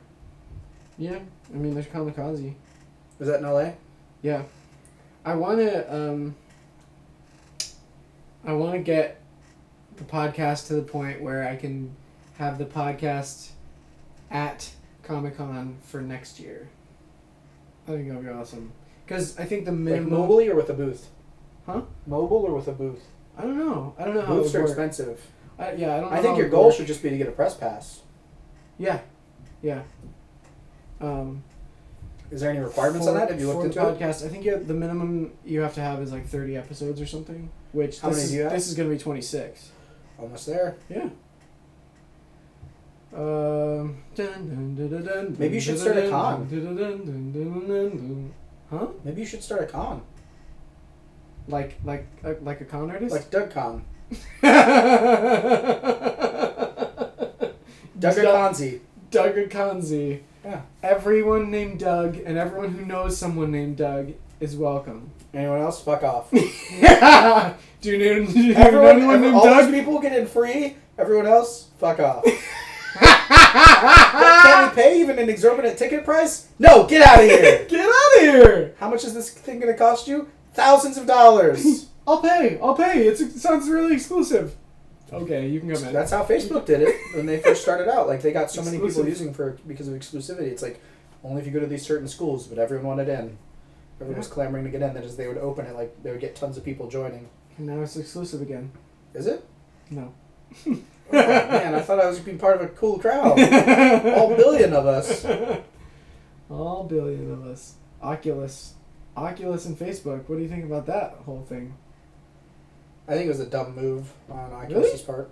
Speaker 5: Yeah, I mean, there's Kamikaze.
Speaker 4: Is that in L.A.?
Speaker 5: Yeah. I want to um I want to get the podcast to the point where I can have the podcast at Comic-Con for next year. I think that'll be awesome. Cuz I think the
Speaker 4: Like
Speaker 5: minimum
Speaker 4: mobily or with a booth?
Speaker 5: Huh?
Speaker 4: Mobile or with a booth?
Speaker 5: I don't know. I don't know how it
Speaker 4: Booths are
Speaker 5: would Oh, work.
Speaker 4: expensive.
Speaker 5: I, yeah, I don't know.
Speaker 4: I
Speaker 5: how
Speaker 4: think
Speaker 5: it
Speaker 4: your
Speaker 5: would
Speaker 4: goal
Speaker 5: work.
Speaker 4: should just be to get a press pass.
Speaker 5: Yeah. Yeah. Um
Speaker 4: Is there any requirements
Speaker 5: for,
Speaker 4: on that? Have you
Speaker 5: for
Speaker 4: looked
Speaker 5: the
Speaker 4: into it?
Speaker 5: podcast? I think you the minimum you have to have is like 30 episodes or something, which
Speaker 4: How
Speaker 5: this
Speaker 4: many
Speaker 5: is
Speaker 4: do you have?
Speaker 5: this is going to be 26.
Speaker 4: Almost there.
Speaker 5: Yeah. Um, dun, dun, dun, dun, dun,
Speaker 4: Maybe you should start a con.
Speaker 5: dun, dun, dun, dun, dun, dun, dun. Huh?
Speaker 4: Maybe you should start a con,
Speaker 5: Like like uh, like a con artist?
Speaker 4: like Doug Con, Doug
Speaker 5: Doug
Speaker 4: Conzi.
Speaker 5: Doug Conzi.
Speaker 4: Yeah.
Speaker 5: Everyone named Doug and everyone who knows someone named Doug is welcome.
Speaker 4: Anyone else? Fuck off.
Speaker 5: do you know, do you know
Speaker 4: Everyone,
Speaker 5: anyone
Speaker 4: every-
Speaker 5: named
Speaker 4: all
Speaker 5: Doug?
Speaker 4: those people get in free. Everyone else, fuck off. Can we pay even an exorbitant ticket price? No, get out of here.
Speaker 5: Get out of here!
Speaker 4: How much is this thing going to cost you? Thousands of dollars.
Speaker 5: I'll pay. I'll pay. It's, it sounds really exclusive. Okay, you can come in.
Speaker 4: That's how Facebook did it when they first started out. Like they got so many people
Speaker 5: Exclusive.
Speaker 4: using for because of exclusivity. It's like only if you go to these certain schools, but everyone wanted in. Everyone was clamoring to get in. That is, they would open it like they would get tons of people joining.
Speaker 5: and now it's exclusive again.
Speaker 4: Is it?
Speaker 5: No.
Speaker 4: Oh, man, I thought I was being part of a cool crowd. All billion of us.
Speaker 5: All billion of us. Oculus. Oculus and Facebook. What do you think about that whole thing?
Speaker 4: I think it was a dumb move on
Speaker 5: Really?
Speaker 4: Oculus's part.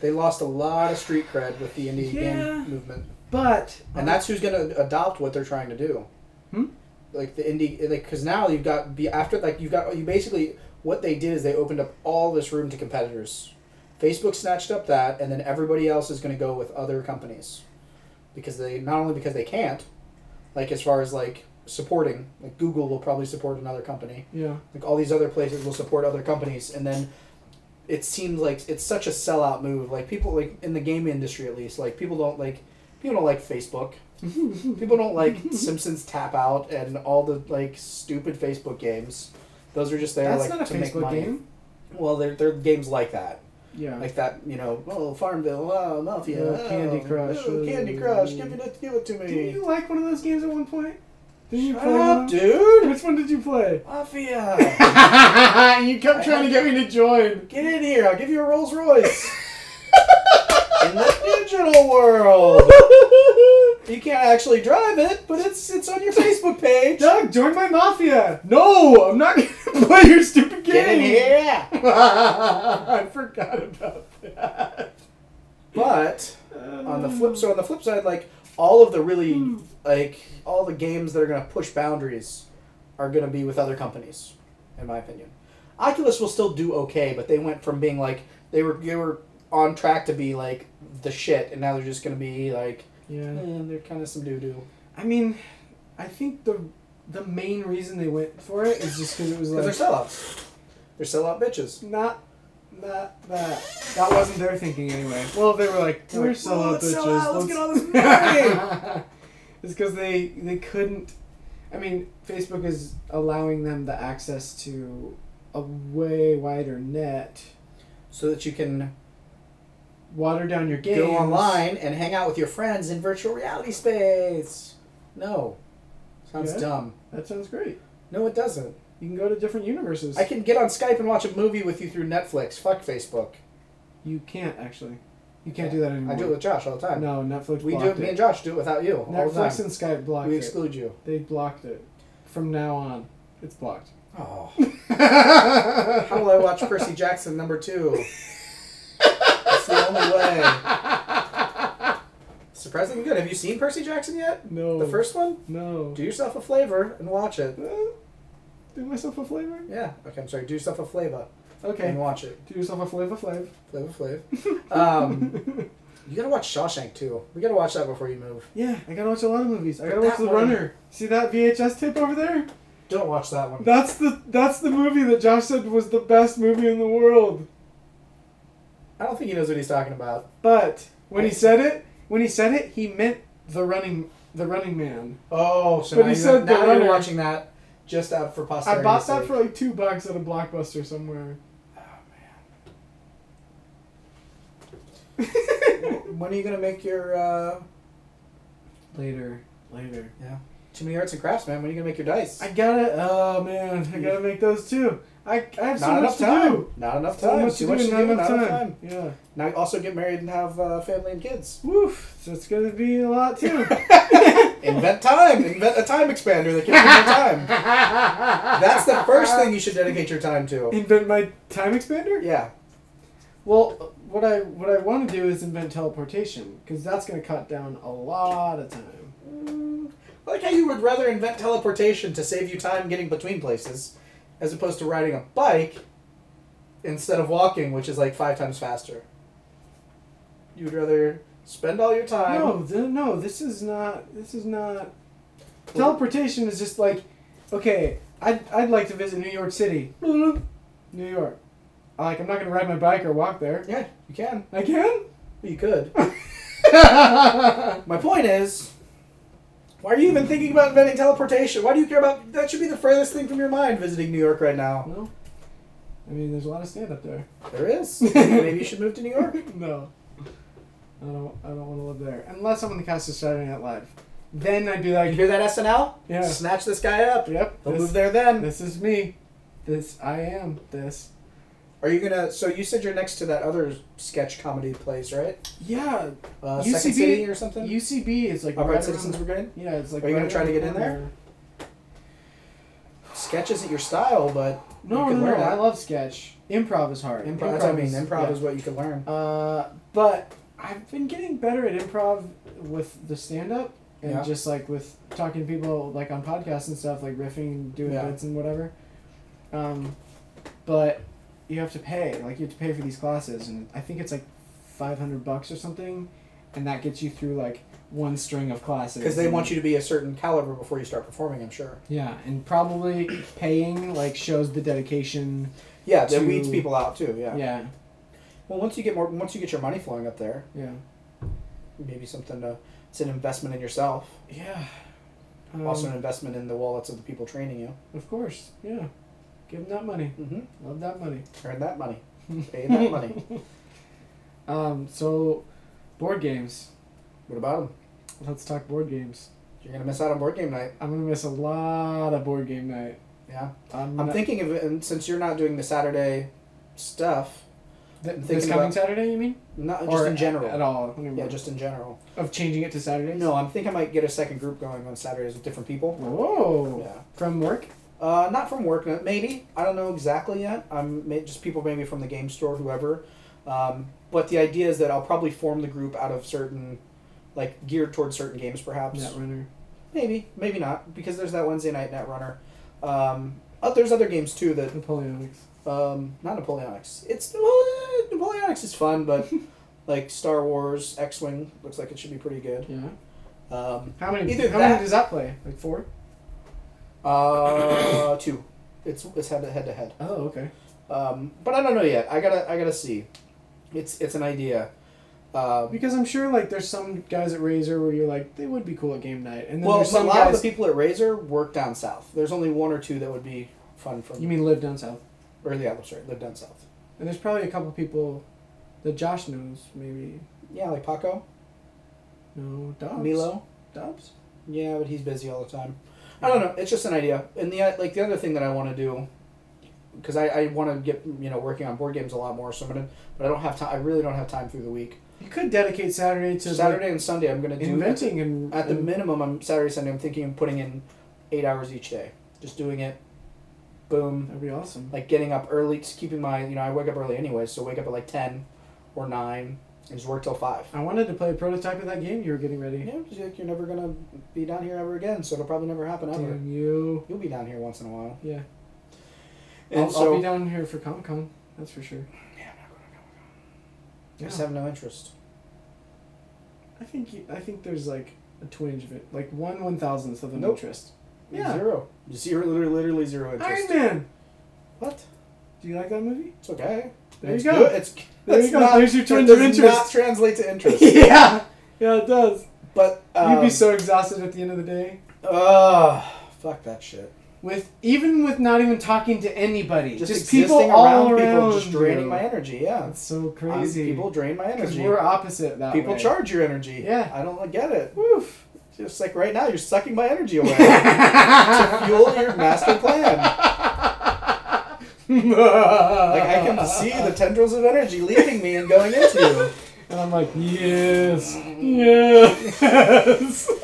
Speaker 4: They lost a lot of street cred with the indie
Speaker 5: Yeah.
Speaker 4: game movement,
Speaker 5: But
Speaker 4: and that's who's going to adopt what they're trying to do.
Speaker 5: Hmm?
Speaker 4: Like the indie, like because now you've got be after like you've got you basically what they did is they opened up all this room to competitors. Facebook snatched up that, and then everybody else is going to go with other companies because they not only because they can't, like as far as like supporting, like Google will probably support another company
Speaker 5: yeah.
Speaker 4: like all these other places will support other companies and then it seems like it's such a sellout move like people like in the game industry at least like people don't like people don't like facebook people don't like simpsons tap out and all the like stupid facebook games those are just there
Speaker 5: That's
Speaker 4: like
Speaker 5: not a
Speaker 4: to make
Speaker 5: Facebook
Speaker 4: money
Speaker 5: game.
Speaker 4: well they're, they're games like that
Speaker 5: Yeah.
Speaker 4: like that you know oh farmville oh mafia
Speaker 5: Oh, Candy
Speaker 4: oh,
Speaker 5: Crush,
Speaker 4: oh, candy crush
Speaker 5: oh.
Speaker 4: give it give it to me
Speaker 5: Didn't you like one of those games at one point? Didn't you
Speaker 4: Shut
Speaker 5: play one
Speaker 4: up
Speaker 5: of them?
Speaker 4: dude
Speaker 5: Which one did you play?
Speaker 4: mafia
Speaker 5: you kept trying to get me to join.
Speaker 4: Get in here! I'll give you a Rolls Royce. in the digital world, you you can't actually drive it, but it's it's on your Facebook page.
Speaker 5: Doug, join my mafia. No, I'm not gonna play your stupid game.
Speaker 4: Get in here.
Speaker 5: I forgot about that.
Speaker 4: But on the flip, so on the flip side, like all of the really like all the games that are going to push boundaries are going to be with other companies, in my opinion. Oculus will still do okay, but they went from being like they were they were on track to be like the shit, and now they're just going to be like eh,
Speaker 5: Yeah.
Speaker 4: they're kind of some doo doo.
Speaker 5: I mean, I think the the main reason they went for it is just because it was
Speaker 4: Because they're
Speaker 5: like
Speaker 4: sellouts. They're sellout bitches.
Speaker 5: not not that that wasn't their thinking anyway. Well, they were like
Speaker 4: They're
Speaker 5: we're
Speaker 4: like,
Speaker 5: sell
Speaker 4: "Well,
Speaker 5: out
Speaker 4: let's
Speaker 5: bitches.
Speaker 4: sell out, let's get all this
Speaker 5: money. it's because they they couldn't. I mean, Facebook is allowing them the access to a way wider net.
Speaker 4: So that you can
Speaker 5: Water down your games.
Speaker 4: go online and hang out with your friends in virtual reality space. No. Sounds
Speaker 5: Yeah.
Speaker 4: dumb.
Speaker 5: That sounds great.
Speaker 4: No, it doesn't.
Speaker 5: You can go to different universes.
Speaker 4: I can get on Skype and watch a movie with you through Netflix. Fuck Facebook.
Speaker 5: you can't actually. You can't do that anymore.
Speaker 4: I do it with Josh all the time.
Speaker 5: No, Netflix.
Speaker 4: we do it,
Speaker 5: blocked
Speaker 4: me and Josh do it without you all the
Speaker 5: Netflix
Speaker 4: time.
Speaker 5: and Skype blocked
Speaker 4: We
Speaker 5: it.
Speaker 4: exclude you.
Speaker 5: They blocked it. From now on, it's blocked.
Speaker 4: Oh. How
Speaker 5: How
Speaker 4: will I watch Percy Jackson number two? That's the only way. Surprisingly good. Have you seen Percy Jackson yet?
Speaker 5: No.
Speaker 4: The first one?
Speaker 5: No.
Speaker 4: Do yourself a flavor and watch it.
Speaker 5: Uh, do myself a flavor?
Speaker 4: Yeah. Okay, I'm sorry. Do yourself a flavor and
Speaker 5: Okay.
Speaker 4: watch it.
Speaker 5: Do yourself a flavor flav.
Speaker 4: Flavor Flav. Um, you gotta watch Shawshank too. We gotta watch that before you move.
Speaker 5: Yeah, I gotta watch a lot of movies. I
Speaker 4: But
Speaker 5: gotta watch
Speaker 4: that
Speaker 5: The
Speaker 4: one-
Speaker 5: Runner. See that VHS tape over there?
Speaker 4: Don't watch that one.
Speaker 5: That's the that's the movie that Josh said was the best movie in the world.
Speaker 4: I don't think he knows what he's talking about.
Speaker 5: But when he said it, when he said it, he meant the running the running man.
Speaker 4: Oh, so
Speaker 5: But
Speaker 4: now,
Speaker 5: he
Speaker 4: you-
Speaker 5: said
Speaker 4: now
Speaker 5: The
Speaker 4: you're
Speaker 5: Runner.
Speaker 4: watching that just out for posterity.
Speaker 5: I bought that for like two bucks at a blockbuster somewhere.
Speaker 4: Oh, When are you gonna make your uh,
Speaker 5: Later. Later.
Speaker 4: too many arts and crafts, man? When are you gonna make your dice?
Speaker 5: I gotta. Oh man, I gotta make those too. I, I have so
Speaker 4: not
Speaker 5: much
Speaker 4: enough
Speaker 5: to
Speaker 4: time.
Speaker 5: do.
Speaker 4: Not enough
Speaker 5: So
Speaker 4: time.
Speaker 5: much
Speaker 4: Too
Speaker 5: to
Speaker 4: much
Speaker 5: do,
Speaker 4: to
Speaker 5: not
Speaker 4: do.
Speaker 5: enough
Speaker 4: not
Speaker 5: time.
Speaker 4: enough time.
Speaker 5: Yeah.
Speaker 4: Now you also get married and have uh, family and kids.
Speaker 5: Woof. So it's gonna be a lot too.
Speaker 4: Invent time. Invent a time expander that gives you more time. That's the first thing you should dedicate your time to.
Speaker 5: invent my time expander.
Speaker 4: Yeah.
Speaker 5: Well, what I what I want to do is invent teleportation because that's gonna cut down a lot of time.
Speaker 4: I like how you would rather invent teleportation to save you time getting between places, as opposed to riding a bike instead of walking, which is like five times faster. You would rather spend all your time.
Speaker 5: No, th- no, this is not. This is not. Teleportation is just like, okay, I'd, I'd like to visit New York City. New York. Like, I'm not gonna ride my bike or walk there.
Speaker 4: Yeah, you can.
Speaker 5: I can.
Speaker 4: You could. My point is, why are you even thinking about inventing teleportation? Why do you care about that? Should be the furthest thing from your mind visiting New York right now.
Speaker 5: Well, I mean, there's a lot of stand up there.
Speaker 4: There is. Maybe you should move to New York.
Speaker 5: no, I don't. I don't want to live there unless I'm on the cast of Saturday Night Live. Then I'd be like,
Speaker 4: You hear that SNL?
Speaker 5: Yeah.
Speaker 4: Snatch this guy up.
Speaker 5: yep,
Speaker 4: He'll move
Speaker 5: this,
Speaker 4: there then.
Speaker 5: this is me. This I am. This.
Speaker 4: Are you gonna? So you said you're next to that other sketch comedy place, right?
Speaker 5: Yeah,
Speaker 4: Uh,
Speaker 5: UCB
Speaker 4: Second City or something.
Speaker 5: UCB is like
Speaker 4: Upright
Speaker 5: right
Speaker 4: Citizens
Speaker 5: around,
Speaker 4: Brigade.
Speaker 5: Yeah, it's like.
Speaker 4: Are you gonna
Speaker 5: right
Speaker 4: try to
Speaker 5: around
Speaker 4: get
Speaker 5: the
Speaker 4: in there?
Speaker 5: corner.
Speaker 4: Sketch isn't your style, but You
Speaker 5: No,
Speaker 4: can
Speaker 5: no, no.
Speaker 4: learn it.
Speaker 5: I love sketch. Improv is hard.
Speaker 4: improv. that's what I mean,
Speaker 5: is-
Speaker 4: improv
Speaker 5: yeah.
Speaker 4: is what you can learn.
Speaker 5: Uh, but I've been getting better at improv with the stand up and
Speaker 4: Yeah.
Speaker 5: just like with talking to people like on podcasts and stuff, like riffing, doing
Speaker 4: Yeah.
Speaker 5: bits and whatever. Um, but you have to pay, like you have to pay for these classes, and I think it's like five hundred bucks or something, and that gets you through like one string of classes.
Speaker 4: Because they
Speaker 5: and-
Speaker 4: want you to be a certain caliber before you start performing. I'm sure.
Speaker 5: Yeah, and probably paying like shows the dedication.
Speaker 4: Yeah, that
Speaker 5: To-
Speaker 4: weeds people out too. Yeah.
Speaker 5: Yeah,
Speaker 4: Well, once you get more, once you get your money flowing up there,
Speaker 5: yeah,
Speaker 4: maybe something to. It's an investment in yourself.
Speaker 5: yeah.
Speaker 4: also,
Speaker 5: Um,
Speaker 4: an investment in the wallets of the people training you.
Speaker 5: Of course, yeah. Give them that money.
Speaker 4: Mm-hmm.
Speaker 5: Love that money.
Speaker 4: Earn that money. Pay that money.
Speaker 5: Um, so, board games.
Speaker 4: What about them?
Speaker 5: Let's talk board games.
Speaker 4: You're gonna miss out on board game night.
Speaker 5: I'm gonna miss a lot of board game night.
Speaker 4: Yeah.
Speaker 5: I'm,
Speaker 4: I'm
Speaker 5: not-
Speaker 4: thinking of, and since you're not doing the Saturday stuff,
Speaker 5: Th- this
Speaker 4: thinking
Speaker 5: coming
Speaker 4: about-
Speaker 5: Saturday, you mean?
Speaker 4: Not just
Speaker 5: Or
Speaker 4: in general.
Speaker 5: At all. I mean,
Speaker 4: Yeah, just in general.
Speaker 5: of changing it to Saturdays?
Speaker 4: No, I think I might get a second group going on Saturdays with different people.
Speaker 5: Whoa.
Speaker 4: Yeah.
Speaker 5: From work?
Speaker 4: Uh, not from work, no- maybe. I don't know exactly yet. I'm may- just people maybe from the game store, whoever. Um, but the idea is that I'll probably form the group out of certain, like geared towards certain games, perhaps.
Speaker 5: Netrunner.
Speaker 4: Maybe, maybe not, because there's that Wednesday night Netrunner. Um, oh, there's other games too that
Speaker 5: Napoleonics.
Speaker 4: um, not Napoleonics. It's well, eh, Napoleonics is fun, but like Star Wars X Wing looks like it should be pretty good.
Speaker 5: Yeah.
Speaker 4: Um,
Speaker 5: How many?
Speaker 4: Either
Speaker 5: how
Speaker 4: that-
Speaker 5: many does that play? Like four?
Speaker 4: uh, two. It's it's head to head to head.
Speaker 5: Oh, okay.
Speaker 4: Um, but I don't know yet. I gotta I gotta see. It's it's an idea. Um,
Speaker 5: Because I'm sure like there's some guys at Razor where you're like they would be cool at game night, and then
Speaker 4: well,
Speaker 5: there's
Speaker 4: a
Speaker 5: some
Speaker 4: lot of
Speaker 5: guys.
Speaker 4: the people at Razor work down south. There's only one or two that would be fun from.
Speaker 5: You mean live down south?
Speaker 4: or yeah, I'm sorry, live down south.
Speaker 5: And there's probably a couple people that Josh knows, maybe.
Speaker 4: Yeah, like Paco,
Speaker 5: No, Dobbs.
Speaker 4: Milo.
Speaker 5: Dobbs.
Speaker 4: Yeah, but he's busy all the time. I don't know. It's just an idea. And the uh, like the other thing that I want to do, because I, I want to get you know working on board games a lot more. So I'm gonna, but I don't have time. I really don't have time through the week.
Speaker 5: You could dedicate Saturday to like,
Speaker 4: Saturday and Sunday, I'm gonna do
Speaker 5: inventing and
Speaker 4: at the
Speaker 5: and-
Speaker 4: minimum. I'm Saturday Sunday. I'm thinking of putting in eight hours each day, just doing it. Boom.
Speaker 5: That'd be awesome.
Speaker 4: Like getting up early, just keeping my you know I wake up early anyway, so wake up at like ten or nine and just work till five.
Speaker 5: I wanted to play a prototype of that game you were getting ready.
Speaker 4: Yeah, 'cause, like you're never gonna be down here ever again, so it'll probably never happen ever.
Speaker 5: Damn you.
Speaker 4: You'll be down here once in a while.
Speaker 5: Yeah.
Speaker 4: And
Speaker 5: I'll,
Speaker 4: so
Speaker 5: I'll be down here for Comic Con. That's for sure.
Speaker 4: I
Speaker 5: Yeah.
Speaker 4: just have no interest.
Speaker 5: I think you, I think there's like a twinge of it, like one one thousandth of an
Speaker 4: Nope.
Speaker 5: interest. Yeah.
Speaker 4: Zero. Zero. Literally, literally zero interest.
Speaker 5: Iron Man.
Speaker 4: What?
Speaker 5: Do you like that movie?
Speaker 4: It's okay.
Speaker 5: There
Speaker 4: it's
Speaker 5: you go.
Speaker 4: Good. It's
Speaker 5: There
Speaker 4: it's
Speaker 5: you go.
Speaker 4: Not,
Speaker 5: there's your
Speaker 4: it
Speaker 5: twinge
Speaker 4: does
Speaker 5: of
Speaker 4: not
Speaker 5: interest.
Speaker 4: translate to interest.
Speaker 5: yeah. Yeah, it does.
Speaker 4: but um,
Speaker 5: You'd be so exhausted at the end of the day
Speaker 4: Ugh, fuck that shit.
Speaker 5: with even with not even talking to anybody, just, people
Speaker 4: existing
Speaker 5: all around,
Speaker 4: people just draining
Speaker 5: you.
Speaker 4: my energy. Yeah,
Speaker 5: That's so
Speaker 4: I'm-
Speaker 5: crazy.
Speaker 4: people drain my
Speaker 5: because
Speaker 4: energy.
Speaker 5: we're opposite that
Speaker 4: People
Speaker 5: way.
Speaker 4: charge your energy.
Speaker 5: Yeah.
Speaker 4: I don't get it.
Speaker 5: Woof.
Speaker 4: Just like right now, you're sucking my energy away to fuel your master plan. Like I can see the tendrils of energy leaving me and going into you.
Speaker 5: And I'm like, yes, yes.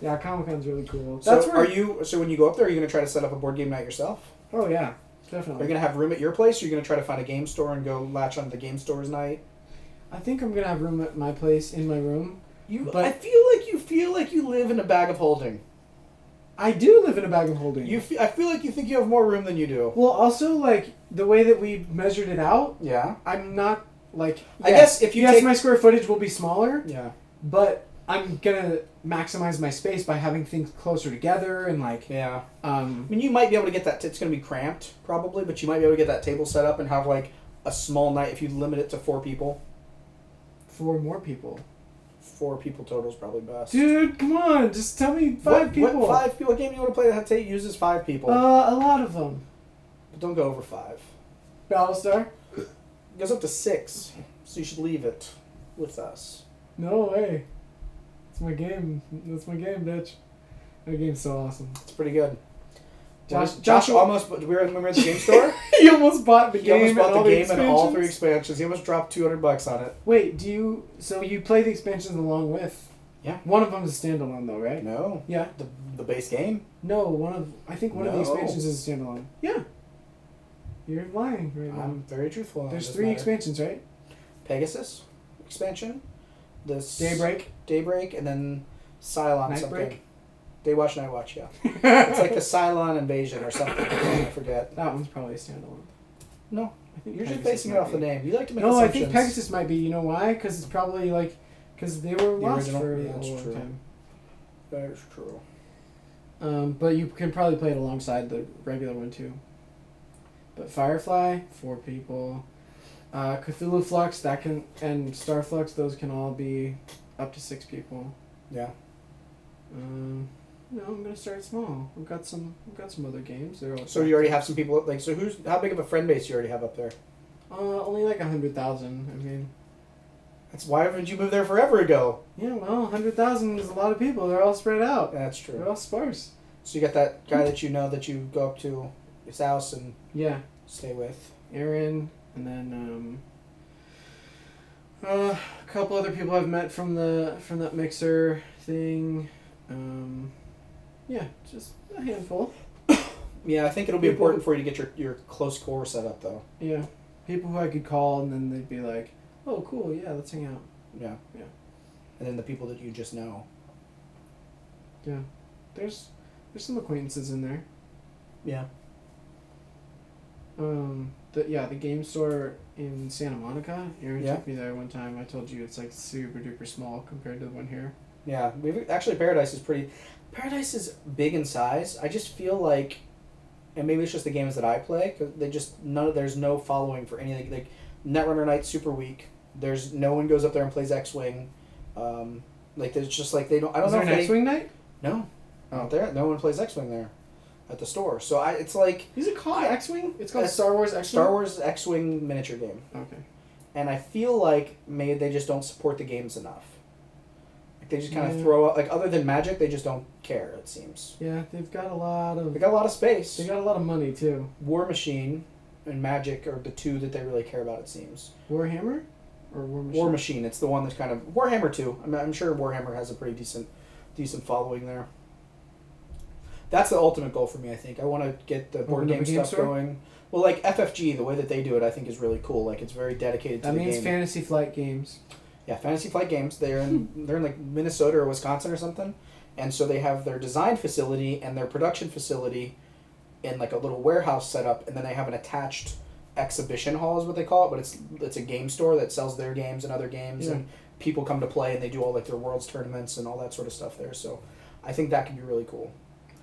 Speaker 5: yeah, Comic Con's really cool.
Speaker 4: So
Speaker 5: That's where.
Speaker 4: are you? So when you go up there, are you gonna try to set up a board game night yourself?
Speaker 5: oh yeah,
Speaker 4: Are you
Speaker 5: definitely.
Speaker 4: gonna have room at your place? Or are you gonna try to find a game store and go latch onto the game store's night?
Speaker 5: I think I'm gonna have room at my place in my room.
Speaker 4: You,
Speaker 5: But-
Speaker 4: I feel like you feel like you live in a bag of holding.
Speaker 5: I do live in a bag of holding.
Speaker 4: You, fe- I feel like you think you have more room than you do.
Speaker 5: well, also like the way that we measured it out,
Speaker 4: Yeah.
Speaker 5: I'm not like.
Speaker 4: I guess if you
Speaker 5: yes,
Speaker 4: take-
Speaker 5: my square footage will be smaller,
Speaker 4: Yeah.
Speaker 5: but I'm gonna maximize my space by having things closer together and like
Speaker 4: Yeah. I
Speaker 5: um.
Speaker 4: mean, you might be able to get that. It's gonna be cramped probably, but you might be able to get that table set up and have like a small night if you limit it to four people.
Speaker 5: For more people,
Speaker 4: Four people total is probably best.
Speaker 5: dude, come on! Just tell me
Speaker 4: What-
Speaker 5: five people.
Speaker 4: What five people? What game do you want to play that ta- uses five people?
Speaker 5: Uh, a lot of them.
Speaker 4: but don't go over five.
Speaker 5: Battlestar?
Speaker 4: It goes up to six, so you should leave it with us.
Speaker 5: No way. It's my game. That's my game, bitch. That game's so awesome.
Speaker 4: It's pretty good.
Speaker 5: Josh-
Speaker 4: Josh, Josh,
Speaker 5: Josh-
Speaker 4: almost. We were, when we were at the game store.
Speaker 5: he almost bought the
Speaker 4: He almost bought the, game and all three
Speaker 5: expansions?
Speaker 4: expansions. He almost dropped two hundred bucks on it.
Speaker 5: Wait, do you? So you play the expansions along with?
Speaker 4: Yeah.
Speaker 5: One of them is a standalone, though, right?
Speaker 4: No,
Speaker 5: Yeah.
Speaker 4: the, the base game.
Speaker 5: No, one of. I think one of the
Speaker 4: No.
Speaker 5: expansions is a standalone. Yeah. You're lying right now.
Speaker 4: I'm very truthful. on
Speaker 5: There's
Speaker 4: this
Speaker 5: three
Speaker 4: matter.
Speaker 5: expansions, right?
Speaker 4: Pegasus expansion, the s-
Speaker 5: Daybreak.
Speaker 4: Daybreak, and then Cylon
Speaker 5: Night
Speaker 4: something.
Speaker 5: Break?
Speaker 4: Daywatch, Night Watch. Yeah, it's
Speaker 5: it's
Speaker 4: like the Cylon invasion or something. I forget.
Speaker 5: That one's probably a standalone.
Speaker 4: No,
Speaker 5: I think
Speaker 4: you're just
Speaker 5: Pegasus
Speaker 4: basing it
Speaker 5: might be.
Speaker 4: off the name. You like to make
Speaker 5: No, I
Speaker 4: assumptions.
Speaker 5: think Pegasus might be. You know why? Because it's probably like because they were lost
Speaker 4: original-
Speaker 5: for
Speaker 4: yeah,
Speaker 5: a
Speaker 4: that's
Speaker 5: long
Speaker 4: true.
Speaker 5: time.
Speaker 4: That's true.
Speaker 5: Um, but you can probably play it alongside the regular one too. But Firefly, four people. Uh, Cthulhu Flux, that can and Starflux, those can all be up to six people.
Speaker 4: Yeah.
Speaker 5: Um, no, I'm gonna start small. We've got some, we've got some other games. They're all
Speaker 4: So you already have some people like. So who's how big of a friend base you already have up there?
Speaker 5: uh, only like a hundred thousand. I mean,
Speaker 4: That's why haven't you moved there forever ago?
Speaker 5: yeah, well, a hundred thousand is a lot of people. They're all spread out.
Speaker 4: That's
Speaker 5: They're
Speaker 4: true.
Speaker 5: all sparse.
Speaker 4: So you got that guy that you know that you go up to his house and
Speaker 5: Yeah,
Speaker 4: stay with.
Speaker 5: Aaron, and then um, uh, a couple other people I've met from the from that mixer thing. Um, yeah, just a handful.
Speaker 4: Yeah, I think it'll be
Speaker 5: People-
Speaker 4: important for you to get your, your close core set up though.
Speaker 5: Yeah, people who I could call, and then they'd be like, "Oh, cool, yeah, let's hang out."
Speaker 4: Yeah.
Speaker 5: Yeah.
Speaker 4: And then the people that you just know.
Speaker 5: There's there's some acquaintances in there.
Speaker 4: Yeah.
Speaker 5: Um, the, yeah, the game store in Santa Monica. Aaron
Speaker 4: Yeah.
Speaker 5: took me there one time. I told you it's like super duper small compared to the one here.
Speaker 4: Yeah, we've actually Paradise is pretty. Paradise is big in size. I just feel like, and maybe it's just the games that I play. 'cause they just none. There's no following for anything. Like Netrunner Knight's super weak. There's no one goes up there and plays X Wing. Um, like there's just like they don't. I don't
Speaker 5: Is
Speaker 4: know.
Speaker 5: there an
Speaker 4: if they-
Speaker 5: X Wing night?
Speaker 4: No.
Speaker 5: Oh.
Speaker 4: Not there. No one plays X Wing there, at the store. So I, it's like
Speaker 5: Is it called X Wing? It's called
Speaker 4: That's-
Speaker 5: Star Wars X Wing.
Speaker 4: Star Wars X Wing miniature game.
Speaker 5: Okay.
Speaker 4: and I feel like maybe they just don't support the games enough. Like they just kind of
Speaker 5: Yeah.
Speaker 4: throw out like other than Magic, they just don't care. It seems
Speaker 5: Yeah, they've got a lot of
Speaker 4: they got a lot of space.
Speaker 5: They got a lot of money too.
Speaker 4: War Machine and Magic are the two that they really care about. It seems
Speaker 5: Warhammer or War Machine.
Speaker 4: War Machine. It's the one that's kind of Warhammer too. I'm, I'm sure Warhammer has a pretty decent decent following there. That's the ultimate goal for me. I think I want to get the board
Speaker 5: Open up
Speaker 4: game
Speaker 5: a game
Speaker 4: stuff
Speaker 5: store?
Speaker 4: going. Well, like FFG, the way that they do it, I think is really cool. Like it's very dedicated to
Speaker 5: That
Speaker 4: the
Speaker 5: means
Speaker 4: game.
Speaker 5: Fantasy Flight games.
Speaker 4: Yeah, Fantasy Flight Games. They're in
Speaker 5: Hmm.
Speaker 4: they're in like Minnesota or Wisconsin or something, and so they have their design facility and their production facility in like a little warehouse setup, and then they have an attached exhibition hall is what they call it, but it's it's a game store that sells their games and other games,
Speaker 5: Yeah.
Speaker 4: and people come to play and they do all like their worlds tournaments and all that sort of stuff there. So I think that could be really cool.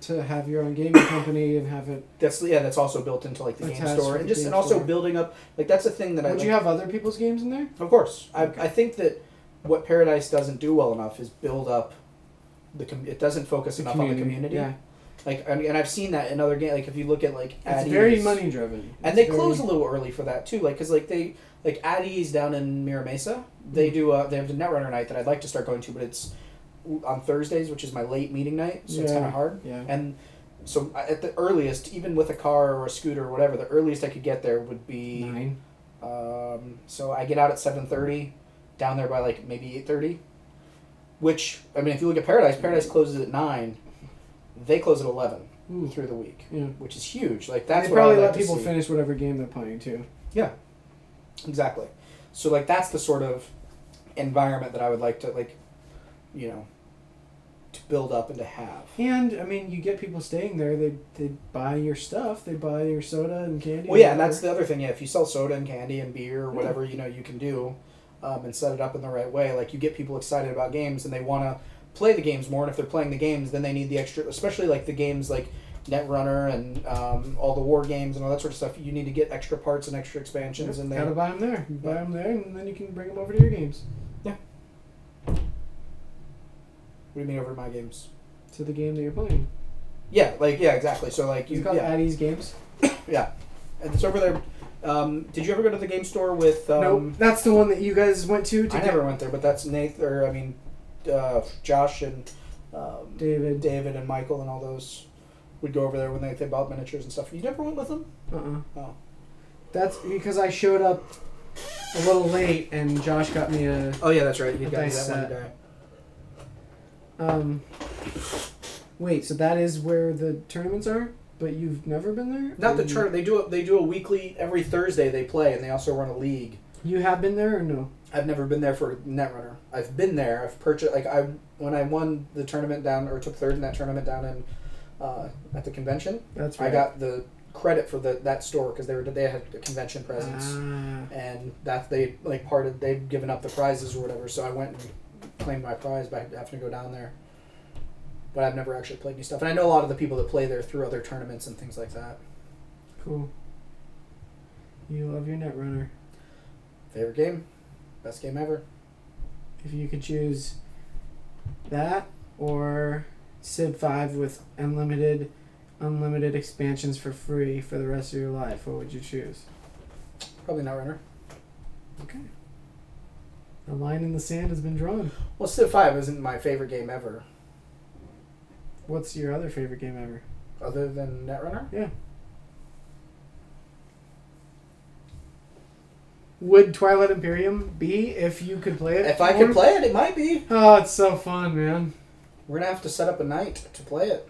Speaker 5: To have your own gaming company and have it.
Speaker 4: That's yeah, that's also built into like the game
Speaker 5: Attached
Speaker 4: store
Speaker 5: with the
Speaker 4: and just
Speaker 5: game
Speaker 4: and also
Speaker 5: store.
Speaker 4: building up like that's a thing that I
Speaker 5: Would
Speaker 4: like-
Speaker 5: you have other people's games in there?
Speaker 4: Of course,
Speaker 5: Okay.
Speaker 4: I, I think that what Paradise doesn't do well enough is build up the com- it doesn't focus enough on the community.
Speaker 5: Yeah,
Speaker 4: Like and, and I've seen that in other games. Like if you look at like
Speaker 5: it's
Speaker 4: Addie's-
Speaker 5: very money driven.
Speaker 4: and they close a little early for that too. Like because like they like Addie's down in Mira Mesa,
Speaker 5: Mm-hmm.
Speaker 4: they do uh, they have the Netrunner night that I'd like to start going to, but it's on Thursdays, which is my late meeting night, so it's
Speaker 5: Yeah.
Speaker 4: kind of hard.
Speaker 5: Yeah.
Speaker 4: And so I- at the earliest, even with a car or a scooter or whatever, the earliest I could get there would be
Speaker 5: Nine.
Speaker 4: um, so I get out at seven thirty, down there by like maybe eight thirty. Which I mean, if you look at Paradise, Paradise closes at nine. They close at eleven
Speaker 5: Ooh.
Speaker 4: through the week,
Speaker 5: Yeah.
Speaker 4: which is huge. Like that's
Speaker 5: Hmm. they
Speaker 4: what I
Speaker 5: probably
Speaker 4: would like
Speaker 5: let
Speaker 4: to
Speaker 5: people
Speaker 4: see.
Speaker 5: finish whatever game they're playing too.
Speaker 4: Exactly. So like that's the sort of environment that I would like to like, you know, to build up and to have.
Speaker 5: And I mean, you get people staying there. They they buy your stuff. They buy your soda and candy.
Speaker 4: Well, yeah, and
Speaker 5: whatever.
Speaker 4: that's the other thing. Yeah, if you sell soda and candy and beer or
Speaker 5: Yeah.
Speaker 4: whatever, you know, you can do, um, and set it up in the right way. Like you get people excited about games and they want to play the games more. And if they're playing the games, then they need the extra, especially like the games like Netrunner and um, all the war games and all that sort of stuff. You need to get extra parts and extra expansions, and they
Speaker 5: gotta buy them there. You buy them there, and then you can bring them over to your games,
Speaker 4: what do you mean over to my games?
Speaker 5: to the game that you're playing.
Speaker 4: Yeah, like yeah, exactly. So
Speaker 5: It's
Speaker 4: like you,
Speaker 5: called
Speaker 4: yeah,
Speaker 5: Addie's Games.
Speaker 4: yeah, and it's over there. Um, did you ever go to the game store with? Um,
Speaker 5: nope, that's the one that you guys went to. to
Speaker 4: I
Speaker 5: get
Speaker 4: never went there, but that's Nate or I mean, uh, Josh and um,
Speaker 5: David.
Speaker 4: David and Michael and all those would go over there when they, they bought miniatures and stuff. You never went with them?
Speaker 5: Uh-uh.
Speaker 4: Oh.
Speaker 5: That's because I showed up a little late and Josh got me a
Speaker 4: Oh yeah, that's right.
Speaker 5: You got me that one guy. um Wait, so that is where the tournaments are, but you've never been there?
Speaker 4: Not the
Speaker 5: Or you-
Speaker 4: turn. They do a, they do a weekly every Thursday. They play and they also run a league.
Speaker 5: You have been there or no?
Speaker 4: I've never been there for Netrunner. I've been there. I've purchased like I when I won the tournament down or took third in that tournament down in uh, at the convention.
Speaker 5: That's
Speaker 4: I got the credit for the that store because they were they had a convention presence.
Speaker 5: Ah,
Speaker 4: and that they like part of they've given up the prizes or whatever. So I went and claimed my prize by having to go down there. But I've never actually played any stuff, and I know a lot of the people that play there through other tournaments and things like that.
Speaker 5: cool. You love your Netrunner.
Speaker 4: Favorite game, best game ever.
Speaker 5: If you could choose that or Civ 5 with unlimited unlimited expansions for free for the rest of your life, what would you choose?
Speaker 4: Probably not runner.
Speaker 5: Okay. The line in the sand has been drawn.
Speaker 4: Well, Civ Five isn't my favorite game ever,
Speaker 5: What's your other favorite game ever?
Speaker 4: other than Netrunner.
Speaker 5: Yeah. would Twilight Imperium be if you could play it?
Speaker 4: If I
Speaker 5: more?
Speaker 4: could play it, it might be.
Speaker 5: Oh, it's so fun, man.
Speaker 4: We're gonna have to set up a night to play it.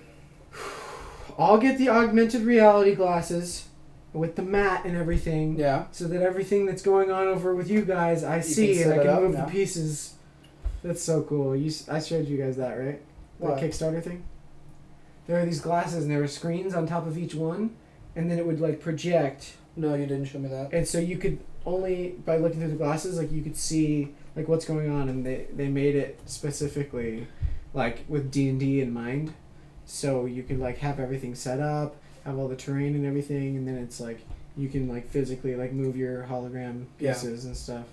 Speaker 5: I'll get the augmented reality glasses with the mat and everything.
Speaker 4: Yeah.
Speaker 5: So that everything that's going on over with you guys, I see
Speaker 4: set
Speaker 5: and I
Speaker 4: it
Speaker 5: can
Speaker 4: up
Speaker 5: move
Speaker 4: now.
Speaker 5: the pieces. That's so cool. You, s- I showed you guys that, right? The
Speaker 4: What?
Speaker 5: Kickstarter thing. There are these glasses and there were screens on top of each one, and then it would like project,
Speaker 4: No, you didn't show me that.
Speaker 5: and so you could only by looking through the glasses, like you could see like what's going on, and they they made it specifically, like with D and D in mind, so you could like have everything set up, have all the terrain and everything, and then it's like you can like physically like move your hologram
Speaker 4: Yeah.
Speaker 5: pieces and stuff.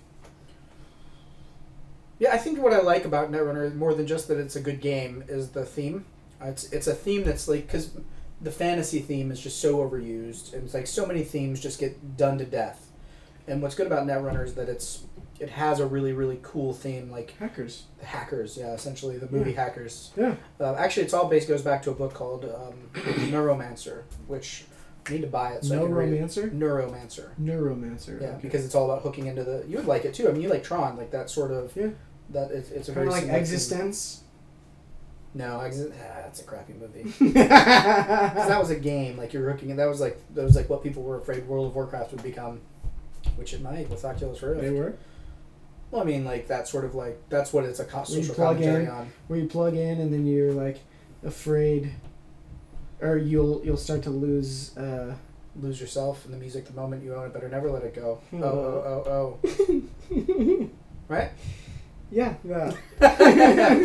Speaker 4: Yeah, I think what I like about Netrunner more than just that it's a good game is the theme. Uh, It's it's a theme that's like because the fantasy theme is just so overused, and it's like so many themes just get done to death. And what's good about Netrunner is that it's it has a really really cool theme, like
Speaker 5: Hackers.
Speaker 4: hackers. Yeah, essentially the movie hackers.
Speaker 5: Yeah.
Speaker 4: Uh, actually, it's all based goes back to a book called um, Neuromancer, which I need to buy it so I
Speaker 5: no
Speaker 4: can read it.
Speaker 5: romancer.
Speaker 4: Neuromancer.
Speaker 5: Neuromancer.
Speaker 4: Yeah,
Speaker 5: okay.
Speaker 4: because it's all about hooking into the. You would like it too. I mean, you like Tron, like that sort of.
Speaker 5: Yeah.
Speaker 4: That it's, it's a
Speaker 5: kind
Speaker 4: very
Speaker 5: of like
Speaker 4: similar-
Speaker 5: existence.
Speaker 4: No, exist. Ah, that's a crappy movie. 'Cause
Speaker 5: yeah,
Speaker 4: that was a game. Like you're hooking, and that was like that was like what people were afraid World of Warcraft would become, which it might with Oculus Rift.
Speaker 5: they were.
Speaker 4: Well, I mean, like that sort of like that's what it's a co-
Speaker 5: You
Speaker 4: social
Speaker 5: plug
Speaker 4: commentary
Speaker 5: in.
Speaker 4: on.
Speaker 5: Where you plug in and then you're like afraid, or you'll you'll start to lose. Uh,
Speaker 4: Lose yourself in the music the moment you own it. Better never let it go.
Speaker 5: Hmm.
Speaker 4: Oh oh oh oh. Right.
Speaker 5: yeah, that. Start-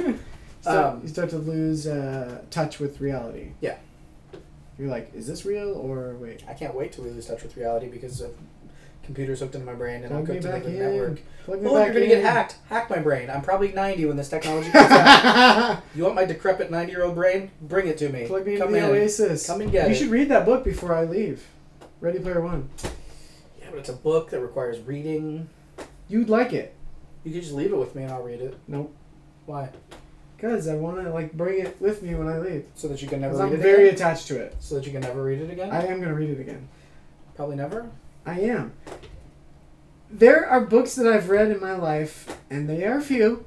Speaker 4: Um,
Speaker 5: you start to lose uh, touch with reality.
Speaker 4: Yeah.
Speaker 5: You're like, is this real or wait?
Speaker 4: I can't wait till we lose touch with reality because of computers hooked into my brain and I'm
Speaker 5: Plug me
Speaker 4: hooked into
Speaker 5: back
Speaker 4: the
Speaker 5: in.
Speaker 4: network.
Speaker 5: Plug me
Speaker 4: Oh,
Speaker 5: back
Speaker 4: you're gonna
Speaker 5: in.
Speaker 4: get hacked. Hack my brain. I'm probably 90 when this technology comes out. You want my decrepit 90 year old brain? Bring it to me.
Speaker 5: Plug me into
Speaker 4: Come
Speaker 5: the
Speaker 4: in.
Speaker 5: Oasis.
Speaker 4: Come and get
Speaker 5: you
Speaker 4: it.
Speaker 5: should read that book before I leave. Ready Player One.
Speaker 4: Yeah, but it's a book that requires reading.
Speaker 5: You'd like it.
Speaker 4: You could just leave it with me and I'll read it.
Speaker 5: Nope.
Speaker 4: Why?
Speaker 5: Because I want to like bring it with me when I leave.
Speaker 4: So that you can
Speaker 5: 'Cause
Speaker 4: never read
Speaker 5: I'm
Speaker 4: it
Speaker 5: very
Speaker 4: again?
Speaker 5: attached to it.
Speaker 4: So that you can never read it again?
Speaker 5: I am gonna read it again.
Speaker 4: probably never.
Speaker 5: I am. There are books that I've read in my life, and they are few.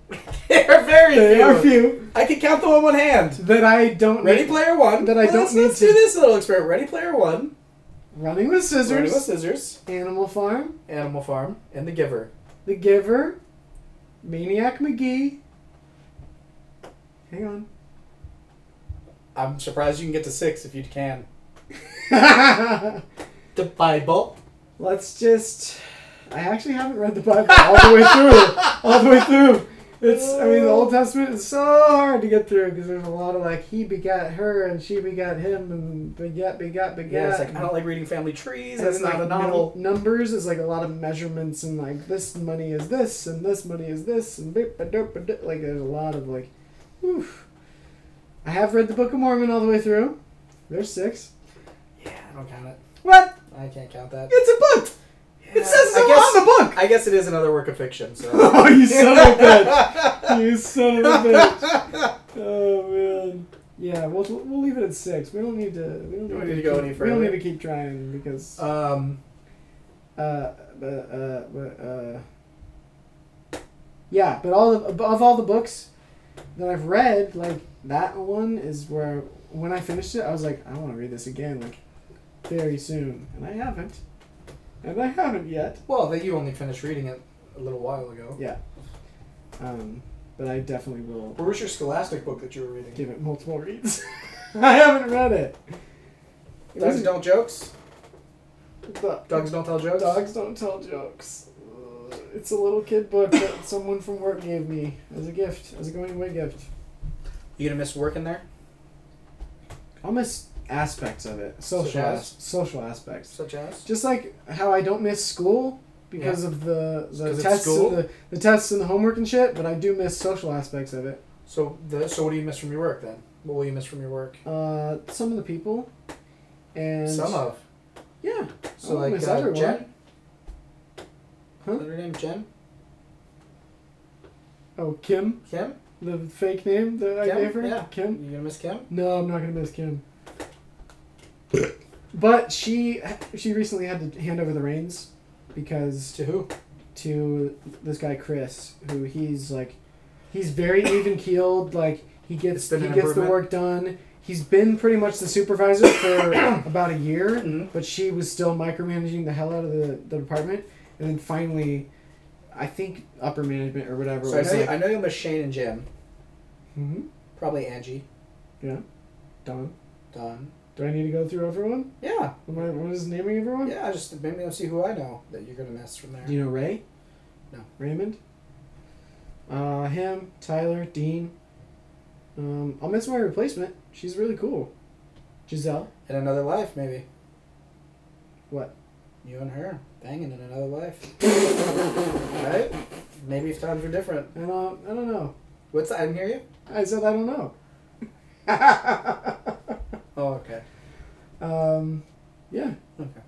Speaker 4: They're very
Speaker 5: They are
Speaker 4: few.
Speaker 5: few
Speaker 4: I can count them on one hand.
Speaker 5: that I don't.
Speaker 4: Ready
Speaker 5: need-
Speaker 4: Player One.
Speaker 5: That I
Speaker 4: Well,
Speaker 5: don't
Speaker 4: let's,
Speaker 5: need
Speaker 4: let's
Speaker 5: to-
Speaker 4: do this little experiment. Ready Player One.
Speaker 5: Running with Scissors,
Speaker 4: Running with Scissors.
Speaker 5: Animal Farm,
Speaker 4: Animal Farm. And The Giver.
Speaker 5: The Giver, Maniac McGee. Hang on.
Speaker 4: I'm surprised you can get to six if you can.
Speaker 5: Let's
Speaker 4: The Bible.
Speaker 5: just. I actually haven't read the Bible all the way through. All the way through. It's. I mean, the
Speaker 4: Oh.
Speaker 5: Old Testament is so hard to get through because there's a lot of like he begat her and she begat him and begat begat begat.
Speaker 4: Yeah, it's like I don't like reading family trees.
Speaker 5: And
Speaker 4: That's
Speaker 5: then,
Speaker 4: not
Speaker 5: like,
Speaker 4: a novel.
Speaker 5: num- numbers is like a lot of measurements and like this money is this and this money is this and beep, ba, doop, ba, doop. like there's a lot of like. Oof. I have read the Book of Mormon all the way through. There's six.
Speaker 4: Yeah, I don't count it.
Speaker 5: What?
Speaker 4: I can't count that.
Speaker 5: It's a book.
Speaker 4: Yeah,
Speaker 5: It says
Speaker 4: I
Speaker 5: so
Speaker 4: guess-
Speaker 5: on the book.
Speaker 4: I guess it is another work of fiction. So
Speaker 5: Oh, you son of a bitch! You son of a bitch! Oh man. Yeah, we'll we'll leave it at six. We don't need to. We don't,
Speaker 4: We don't
Speaker 5: need, to
Speaker 4: need to go
Speaker 5: keep-
Speaker 4: any
Speaker 5: We don't
Speaker 4: further.
Speaker 5: need to keep trying because. Uh,
Speaker 4: um,
Speaker 5: uh, uh, uh, uh yeah, but all of, of all the books that I've read, like that one is where when I finished it, I was like, I want to read this again, like very soon, and I haven't, and I haven't yet.
Speaker 4: well, that you only finished reading it a little while ago.
Speaker 5: Yeah. Um, but I definitely will
Speaker 4: What was your Scholastic book that you were reading?
Speaker 5: give it multiple reads. I haven't read it. It
Speaker 4: Dogs
Speaker 5: was-
Speaker 4: don't jokes.
Speaker 5: the-
Speaker 4: Dogs don't tell jokes.
Speaker 5: Dogs don't tell jokes. Uh, It's a little kid book that someone from work gave me as a gift, as a going away gift.
Speaker 4: You gonna miss working there?
Speaker 5: I'll miss aspects of it, social
Speaker 4: Such as?
Speaker 5: as- social aspects.
Speaker 4: Such as.
Speaker 5: Just like how I don't miss school because of the the
Speaker 4: 'cause it's
Speaker 5: tests
Speaker 4: school?
Speaker 5: and the, the tests and the homework and shit, but I do miss social aspects of it.
Speaker 4: So the so what do you miss from your work then? What will you miss from your work?
Speaker 5: Uh, some of the people, and oh,
Speaker 4: Some of.
Speaker 5: yeah,
Speaker 4: So
Speaker 5: I
Speaker 4: like
Speaker 5: miss
Speaker 4: uh,
Speaker 5: everyone.
Speaker 4: Jen.
Speaker 5: Huh?
Speaker 4: Is that her name Jen?
Speaker 5: Oh, Kim,
Speaker 4: Kim?
Speaker 5: the fake name that I
Speaker 4: Kim?
Speaker 5: gave her.
Speaker 4: Yeah. You
Speaker 5: Kim.
Speaker 4: gonna miss Kim?
Speaker 5: No, I'm not gonna miss Kim. but she she recently had to hand over the reins because
Speaker 4: To who?
Speaker 5: to this guy Chris, who he's like, he's very even keeled. Like he
Speaker 1: It's
Speaker 5: gets
Speaker 1: been
Speaker 5: he
Speaker 1: an
Speaker 5: gets the
Speaker 1: improvement.
Speaker 5: work done. He's been pretty much the supervisor for about a year,
Speaker 4: Mhm.
Speaker 5: but she was still micromanaging the hell out of the, the department. And then finally, I think upper management or whatever
Speaker 4: So I
Speaker 5: was
Speaker 4: know, you,
Speaker 5: like,
Speaker 4: I know you miss Shane and Jim.
Speaker 5: hmm
Speaker 4: Probably Angie.
Speaker 5: done.
Speaker 4: Don.
Speaker 5: Do I need to go through everyone?
Speaker 4: Yeah.
Speaker 5: Am I, am I just naming everyone?
Speaker 4: Yeah, I just maybe I'll see who I know that you're gonna miss from there.
Speaker 5: Do you know Ray?
Speaker 4: No.
Speaker 5: Raymond? Uh, him, Tyler, Dean. Um, I'll miss my replacement. She's really cool. Giselle.
Speaker 4: In another life, maybe.
Speaker 5: What?
Speaker 4: You and her banging in another life. right? Maybe if times were different.
Speaker 5: I don't, uh, I don't know.
Speaker 4: What's I didn't hear you.
Speaker 5: I said I don't know.
Speaker 4: Oh, okay.
Speaker 5: um, yeah.
Speaker 4: Okay.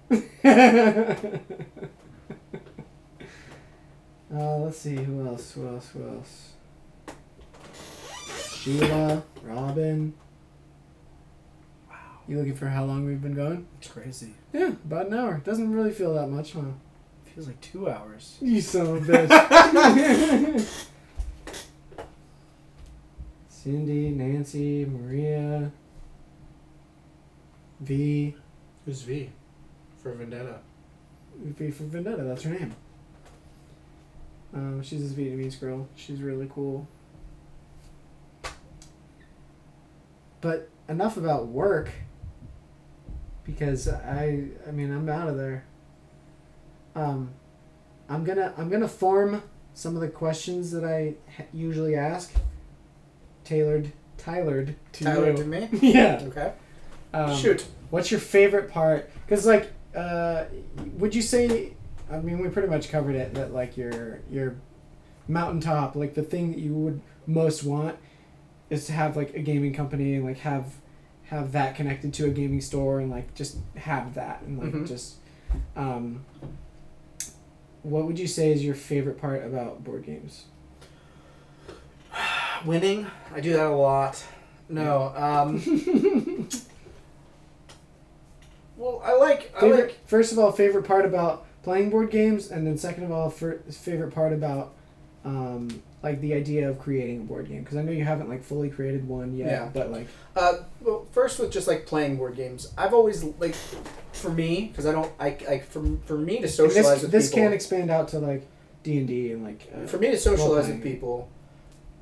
Speaker 5: uh, let's see. Who else? Who else? Who else? Sheila, Robin. Wow. You looking for how long we've been going?
Speaker 4: It's crazy.
Speaker 5: Yeah, about an hour. Doesn't really feel that much, huh?
Speaker 4: Feels like two hours.
Speaker 5: You son of a bitch. Cindy, Nancy, Maria, V.
Speaker 4: Who's V? For Vendetta.
Speaker 5: V for Vendetta, that's her name. Um, she's this Vietnamese girl. She's really cool. But enough about work. Because I, I mean, I'm out of there. Um, I'm gonna, I'm gonna form some of the questions that I ha- usually ask, tailored, tailored to
Speaker 4: Tyler
Speaker 5: you.
Speaker 4: to me.
Speaker 5: yeah.
Speaker 4: Okay.
Speaker 5: Um,
Speaker 4: Shoot.
Speaker 5: What's your favorite part? Because like, uh, would you say? I mean, we pretty much covered it. That like your your mountaintop, like the thing that you would most want, is to have like a gaming company and like have have that connected to a gaming store and like just have that and like
Speaker 4: Mhm.
Speaker 5: just. Um, what would you say is your favorite part about board games?
Speaker 4: Winning. I do that a lot. No. Um. well, I like. I
Speaker 5: Favorite,
Speaker 4: like.
Speaker 5: first of all, favorite part about playing board games, and then second of all, fir- favorite part about um, like the idea of creating a board game. Because I know you haven't like fully created one yet,
Speaker 4: Yeah.
Speaker 5: but like
Speaker 4: Uh, well, first with just like playing board games, I've always like, for me, because I don't, I, I, for, for me to
Speaker 5: and
Speaker 4: socialize
Speaker 5: this
Speaker 4: with
Speaker 5: this
Speaker 4: people,
Speaker 5: can expand out to like D and D and like uh,
Speaker 4: for me to socialize
Speaker 5: Role-playing.
Speaker 4: with people,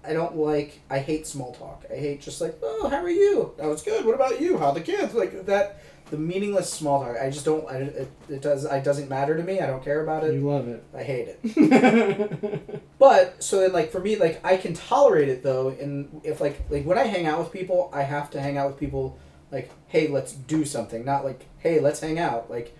Speaker 4: I don't like, I hate small talk. I hate just like, oh, how are you? I was good. What about you? How are the kids? Like that, the meaningless small talk. I just don't. I, it, it does. It doesn't matter to me. I don't care about
Speaker 5: you
Speaker 4: it.
Speaker 5: love it.
Speaker 4: I hate it. But so then, like for me, like I can tolerate it though, and if like like when I hang out with people, I have to hang out with people like, hey, let's do something, not like, hey, let's hang out, like,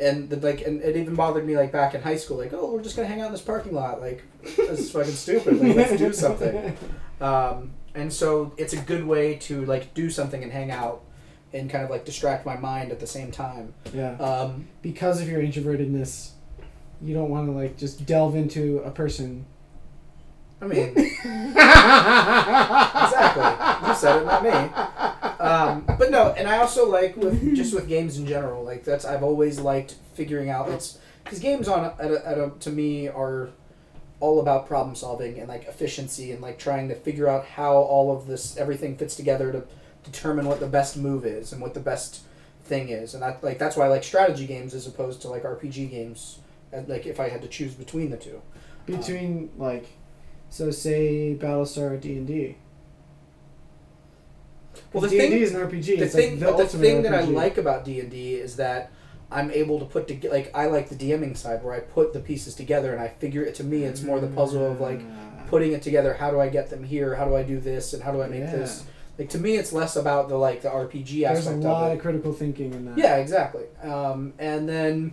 Speaker 4: and the, like, and it even bothered me like back in high school, like, oh, we're just gonna hang out in this parking lot, like, that's fucking stupid, like, let's do something, um, and so it's a good way to like do something and hang out, and kind of like distract my mind at the same time,
Speaker 5: yeah,
Speaker 4: um,
Speaker 5: because of your introvertedness, you don't want to like just delve into a person.
Speaker 4: I mean. exactly. You said it, not me. Um, but no, and I also like with just with games in general. Like that's I've always liked figuring out it's because games on at a, at a, to me are all about problem solving and like efficiency and like trying to figure out how all of this everything fits together to determine what the best move is and what the best thing is and that like that's why I like strategy games as opposed to like RPG games and, like if I had to choose between the two
Speaker 5: Between like, so say Battlestar D and D.
Speaker 4: Well, the
Speaker 5: D&D
Speaker 4: thing-
Speaker 5: is an RPG.
Speaker 4: the
Speaker 5: it's
Speaker 4: thing,
Speaker 5: like the,
Speaker 4: but the
Speaker 5: ultimate
Speaker 4: thing that I
Speaker 5: RPG.
Speaker 4: like about D and D is that I'm able to put together. Like I like the DMing side where I put the pieces together and I figure it. To me, it's more the puzzle of
Speaker 5: Mm.
Speaker 4: like
Speaker 5: Ah.
Speaker 4: putting it together. How do I get them here? How do I do this? And how do I make
Speaker 5: Yeah.
Speaker 4: this? Like to me, it's less about the like the RPG
Speaker 5: There's a
Speaker 4: aspect
Speaker 5: lot
Speaker 4: of
Speaker 5: of
Speaker 4: it.
Speaker 5: critical thinking in that.
Speaker 4: Yeah, exactly. Um, and then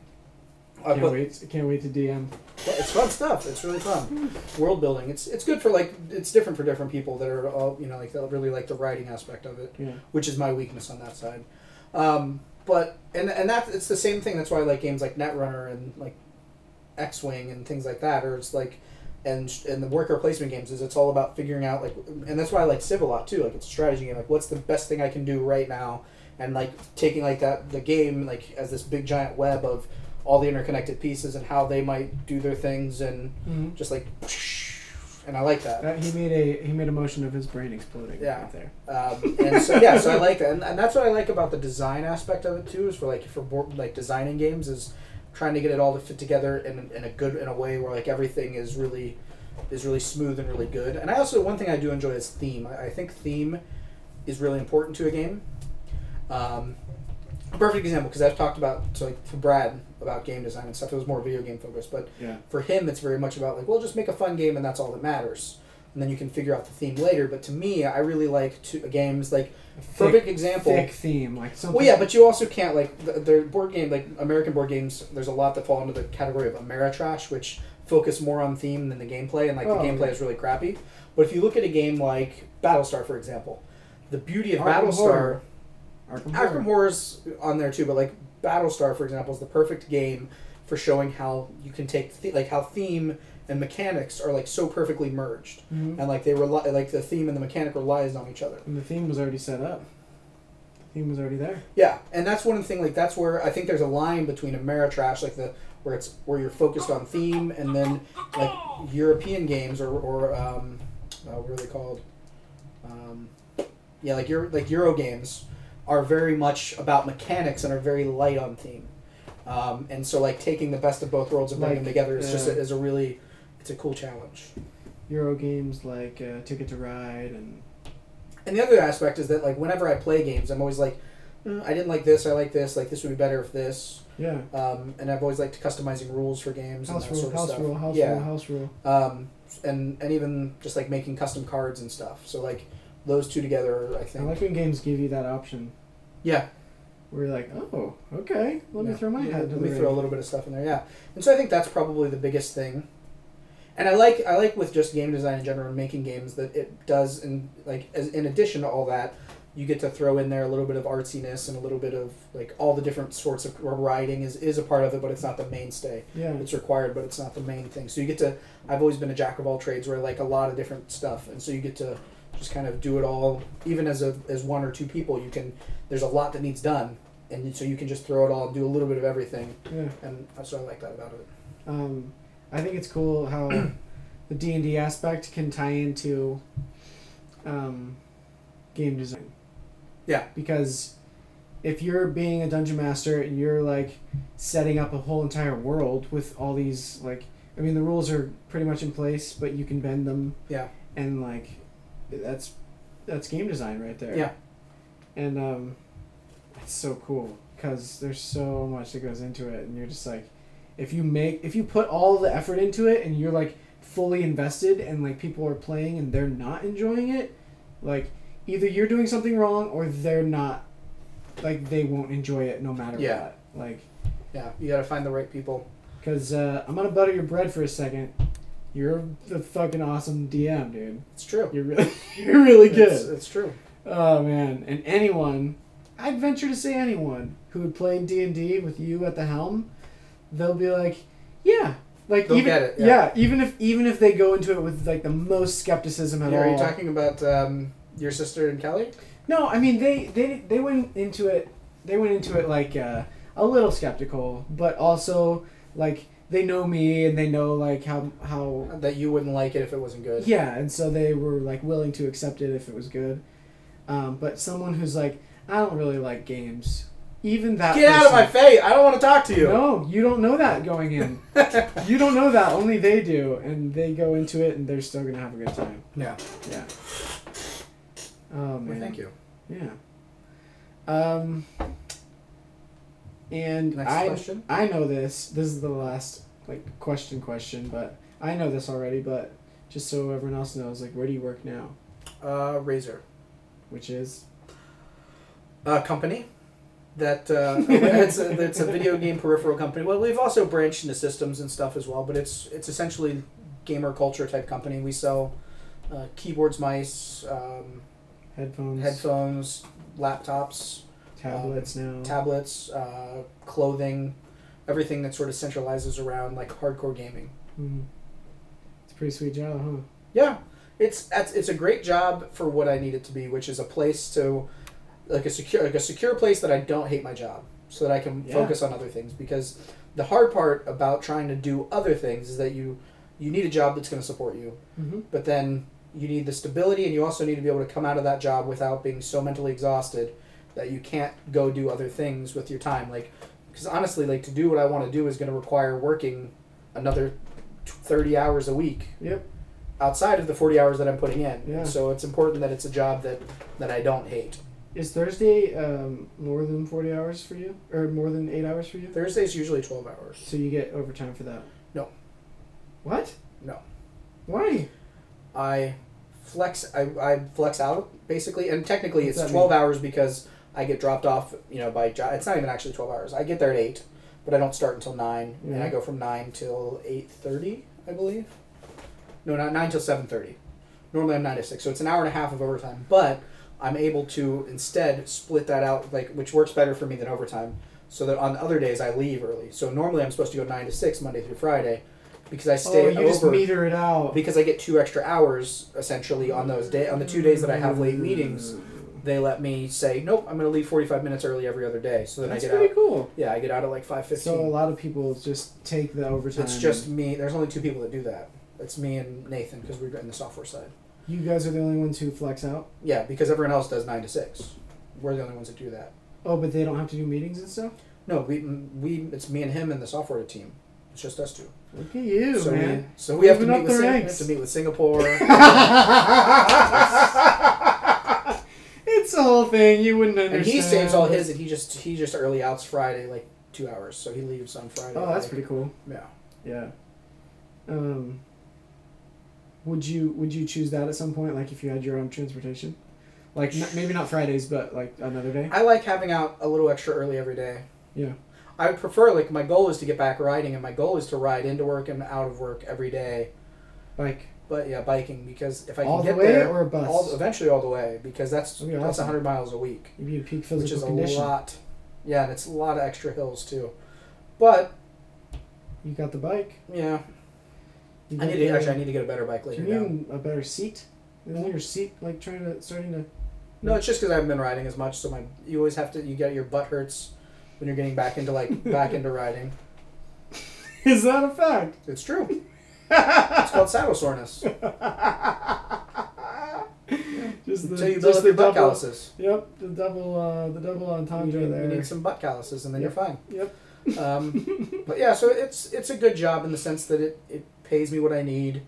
Speaker 4: I
Speaker 5: can't
Speaker 4: put
Speaker 5: wait. Can't wait to DM.
Speaker 4: yeah, it's fun stuff. It's really fun. World building. It's it's good for like it's different for different people that are all you know like they'll really like the writing aspect of it,
Speaker 5: Yeah.
Speaker 4: which is my weakness on that side. Um, but and and that it's the same thing. That's why I like games like Netrunner and like X Wing and things like that. Or it's like and and the worker placement games is it's all about figuring out like and that's why I like Civ a lot too. Like it's a strategy game. Like what's the best thing I can do right now, and like taking like that the game like as this big giant web of all the interconnected pieces and how they might do their things and
Speaker 5: Mhm.
Speaker 4: just like and I like that.
Speaker 5: That, Uh, he made a he made a motion of his brain exploding.
Speaker 4: Yeah.
Speaker 5: right there.
Speaker 4: Um, and so yeah, so I like that, and, and that's what I like about the design aspect of it too. Is for like for board, like designing games is trying to get it all to fit together in, in a good in a way where like everything is really is really smooth and really good. And I also one thing I do enjoy is theme. I, I think theme is really important to a game. Um, a perfect example because I've talked about to like to Brad about game design and stuff. It was more video game focused, but
Speaker 5: Yeah.
Speaker 4: for him it's very much about like well just make a fun game and that's all that matters and then you can figure out the theme later but to me i really like to, uh, games like perfect example
Speaker 5: Thick theme, like something.
Speaker 4: well yeah but you also can't like th- their board game like american board games there's a lot that fall under the category of ameritrash which focus more on theme than the gameplay and like
Speaker 5: Oh,
Speaker 4: the gameplay
Speaker 5: yeah.
Speaker 4: is really crappy but if you look at a game like battlestar for example the beauty of
Speaker 5: Arkham
Speaker 4: battlestar
Speaker 5: Horror. Arkham Horror.
Speaker 4: Arkham Horror's on there too, but like Battlestar, for example, is the perfect game for showing how you can take the- like how theme and mechanics are like so perfectly merged,
Speaker 5: Mhm.
Speaker 4: and like they rely like the theme and the mechanic relies on each other.
Speaker 5: And the theme was already set up. The theme was already there.
Speaker 4: Yeah, and that's one thing. Like that's where I think there's a line between Ameritrash, like the where it's where you're focused on theme, and then like European games or or um, uh, what are they called? Um, yeah, like Euro like Euro games are very much about mechanics and are very light on theme. Um, and so like taking the best of both worlds and
Speaker 5: Like,
Speaker 4: bringing them together is just a,
Speaker 5: yeah.
Speaker 4: is a really it's a cool challenge.
Speaker 5: Euro games like uh, Ticket to Ride and
Speaker 4: And the other aspect is that like whenever I play games, I'm always like, "Mm, I didn't like this. I like this. Like this would be better if this.
Speaker 5: yeah.
Speaker 4: Um, and I've always liked customizing rules for games
Speaker 5: House
Speaker 4: and that
Speaker 5: rule,
Speaker 4: sort of
Speaker 5: house
Speaker 4: stuff.
Speaker 5: rule, house
Speaker 4: yeah.
Speaker 5: rule, house rule.
Speaker 4: Um, and and even just like making custom cards and stuff. So like those two together, I
Speaker 5: I
Speaker 4: think.
Speaker 5: like when games give you that option.
Speaker 4: Yeah.
Speaker 5: Where you're like, oh, okay, let me
Speaker 4: Yeah.
Speaker 5: throw my hat. into
Speaker 4: Let me
Speaker 5: the
Speaker 4: throw a
Speaker 5: ring.
Speaker 4: little bit of stuff in there. Yeah. And so I think that's probably the biggest thing. And I like I like with just game design in general and making games that it does and like as, in addition to all that, you get to throw in there a little bit of artsiness and a little bit of like all the different sorts of writing is is a part of it, but it's not the mainstay.
Speaker 5: Yeah.
Speaker 4: it's required, but it's not the main thing. So you get to. I've always been a jack of all trades, where I like a lot of different stuff, and so you get to just kind of do it all. Even as a as one or two people, you can. There's a lot that needs done, and so you can just throw it all and do a little bit of everything,
Speaker 5: Yeah.
Speaker 4: and so I like that about it.
Speaker 5: Um, I think it's cool how the D and D aspect can tie into um, game design.
Speaker 4: Yeah.
Speaker 5: Because if you're being a dungeon master and you're like setting up a whole entire world with all these like, I mean, the rules are pretty much in place, but you can bend them.
Speaker 4: Yeah.
Speaker 5: And like, that's that's game design right there.
Speaker 4: Yeah.
Speaker 5: And um, it's so cool because there's so much that goes into it, and you're just like if you make if you put all the effort into it and you're like fully invested and like people are playing and they're not enjoying it like either you're doing something wrong or they're not like they won't enjoy it no matter
Speaker 4: Yeah.
Speaker 5: what like
Speaker 4: Yeah, you got to find the right people.
Speaker 5: because uh, i'm gonna butter your bread for a second you're the fucking awesome dm dude
Speaker 4: It's true.
Speaker 5: you're really you're really good
Speaker 4: It's, it's true.
Speaker 5: Oh man, and anyone, I'd venture to say anyone who would play D and D with you at the helm, they'll be like, yeah, like
Speaker 4: They'll
Speaker 5: even
Speaker 4: get it, yeah.
Speaker 5: even if even if they go into it with like the most skepticism at
Speaker 4: Are
Speaker 5: all.
Speaker 4: you talking about um, your sister and Kelly?
Speaker 5: no, I mean they they they went into it they went into it like uh, a little skeptical, but also like they know me and they know like how how
Speaker 4: That you wouldn't like it if it wasn't good.
Speaker 5: Yeah, and so they were like willing to accept it if it was good. Um, but someone who's like, I don't really like games. Even that.
Speaker 4: Get out of my
Speaker 5: person-
Speaker 4: face! I don't want to talk to you.
Speaker 5: No, you don't know that going in. you don't know that. Only they do, and they go into it, and they're still gonna have a good time.
Speaker 4: Yeah.
Speaker 5: Yeah. Oh man.
Speaker 4: Well, thank you.
Speaker 5: Yeah. Um. And
Speaker 4: Next
Speaker 5: I
Speaker 4: question.
Speaker 5: I know this. This is the last like question question, but I know this already. But just so everyone else knows, like, where do you work now?
Speaker 4: Uh, Razor.
Speaker 5: Which is
Speaker 4: uh, company that uh, it's, a, it's a video game peripheral company. Well, we've also branched into systems and stuff as well, but it's it's essentially gamer culture type company. We sell uh, keyboards, mice, um,
Speaker 5: headphones,
Speaker 4: headphones, laptops,
Speaker 5: tablets now.
Speaker 4: tablets, uh, clothing, everything that sort of centralizes around like hardcore gaming.
Speaker 5: Mhm. It's a pretty sweet job, huh?
Speaker 4: Yeah, it's that's- it's a great job for what I need it to be, which is a place to like a secure like a secure place that I don't hate my job, so that I can
Speaker 5: Yeah.
Speaker 4: focus on other things because the hard part about trying to do other things is that you you need a job that's going to support you,
Speaker 5: Mhm.
Speaker 4: but then you need the stability, and you also need to be able to come out of that job without being so mentally exhausted that you can't go do other things with your time. Like, because honestly, like to do what I want to do is going to require working another t- thirty hours a week.
Speaker 5: Yep.
Speaker 4: Outside of the forty hours that I'm putting in,
Speaker 5: Yeah.
Speaker 4: so it's important that it's a job that that I don't hate.
Speaker 5: Is Thursday um, more than forty hours for you, or more than eight hours for you?
Speaker 4: Thursday's usually twelve hours.
Speaker 5: So you get overtime for that?
Speaker 4: No.
Speaker 5: What?
Speaker 4: No.
Speaker 5: Why?
Speaker 4: I flex I, I flex out basically and technically
Speaker 5: What's
Speaker 4: it's
Speaker 5: that
Speaker 4: 12 hours because I get dropped off you know by jo- it's not even actually 12 hours I get there at 8 but I don't start until 9 and I
Speaker 5: Mhm.
Speaker 4: go from 9 till 8:30 I believe no not 9 till 7:30 normally I'm 9 to 6 so it's an hour and a half of overtime but I'm able to instead split that out like which works better for me than overtime so that on other days I leave early so normally I'm supposed to go 9 to 6 Monday through Friday because I stay
Speaker 5: oh, you
Speaker 4: over
Speaker 5: just meter it out.
Speaker 4: because I get two extra hours essentially on those day on the two days that I have late meetings. They let me say, nope, I'm going to leave 45 minutes early every other day, so then
Speaker 5: That's
Speaker 4: I get
Speaker 5: pretty
Speaker 4: out.
Speaker 5: cool.
Speaker 4: Yeah, I get out at like
Speaker 5: So a
Speaker 4: 5:15.
Speaker 5: lot of people just take the overtime.
Speaker 4: it's just me. There's only two people that do that. It's me and Nathan because we're in the software side.
Speaker 5: you guys are the only ones who flex out.
Speaker 4: Yeah, because everyone else does nine to six. We're the only ones that do that.
Speaker 5: Oh, but they don't have to do meetings and stuff.
Speaker 4: No, we we it's me and him and the software team. It's just us two.
Speaker 5: Look at you,
Speaker 4: so we
Speaker 5: man.
Speaker 4: so we have to
Speaker 5: Moving
Speaker 4: meet
Speaker 5: up
Speaker 4: with
Speaker 5: the
Speaker 4: Sing- we
Speaker 5: ranks.
Speaker 4: have to meet with Singapore.
Speaker 5: it's the whole thing. You wouldn't understand.
Speaker 4: And he saves all his, and he just he just early outs Friday like two hours, so he leaves on Friday.
Speaker 5: Oh, that's
Speaker 4: like-
Speaker 5: pretty cool.
Speaker 4: Yeah,
Speaker 5: Yeah. Um. Would you Would you choose that at some point? Like if you had your own transportation, like n- maybe not Fridays, but like another day.
Speaker 4: I like having out a little extra early every day.
Speaker 5: Yeah.
Speaker 4: I would prefer like my goal is to get back riding, and my goal is to ride into work and out of work every day.
Speaker 5: Like
Speaker 4: But yeah, biking because if I can
Speaker 5: all
Speaker 4: get
Speaker 5: the way
Speaker 4: there,
Speaker 5: or a bus.
Speaker 4: all, eventually all the way because that's
Speaker 5: That'd be
Speaker 4: that's
Speaker 5: awesome.
Speaker 4: hundred miles a week,
Speaker 5: You'd be in peak
Speaker 4: which
Speaker 5: physical
Speaker 4: is
Speaker 5: condition.
Speaker 4: a lot. Yeah, and it's a lot of extra hills too. But
Speaker 5: You got the bike.
Speaker 4: yeah,
Speaker 5: You
Speaker 4: I
Speaker 5: got
Speaker 4: need
Speaker 5: the-
Speaker 4: to actually I need to get a better bike
Speaker 5: Do you
Speaker 4: later.
Speaker 5: need
Speaker 4: Now.
Speaker 5: a better seat? Isn't your seat like trying to starting to?
Speaker 4: No, it's just because I haven't been riding as much, so my you always have to you get your butt hurts when you're getting back into like back into riding.
Speaker 5: Is that a fact?
Speaker 4: It's true. It's called saddle soreness
Speaker 5: just the,
Speaker 4: until you build
Speaker 5: just
Speaker 4: up
Speaker 5: the
Speaker 4: your butt
Speaker 5: double.
Speaker 4: calluses.
Speaker 5: Yep, the double uh, the double
Speaker 4: You
Speaker 5: entendre
Speaker 4: need,
Speaker 5: there.
Speaker 4: you need some butt calluses, and then you're fine.
Speaker 5: Yep.
Speaker 4: Um, but yeah, so it's it's a good job in the sense that it, it pays me what I need.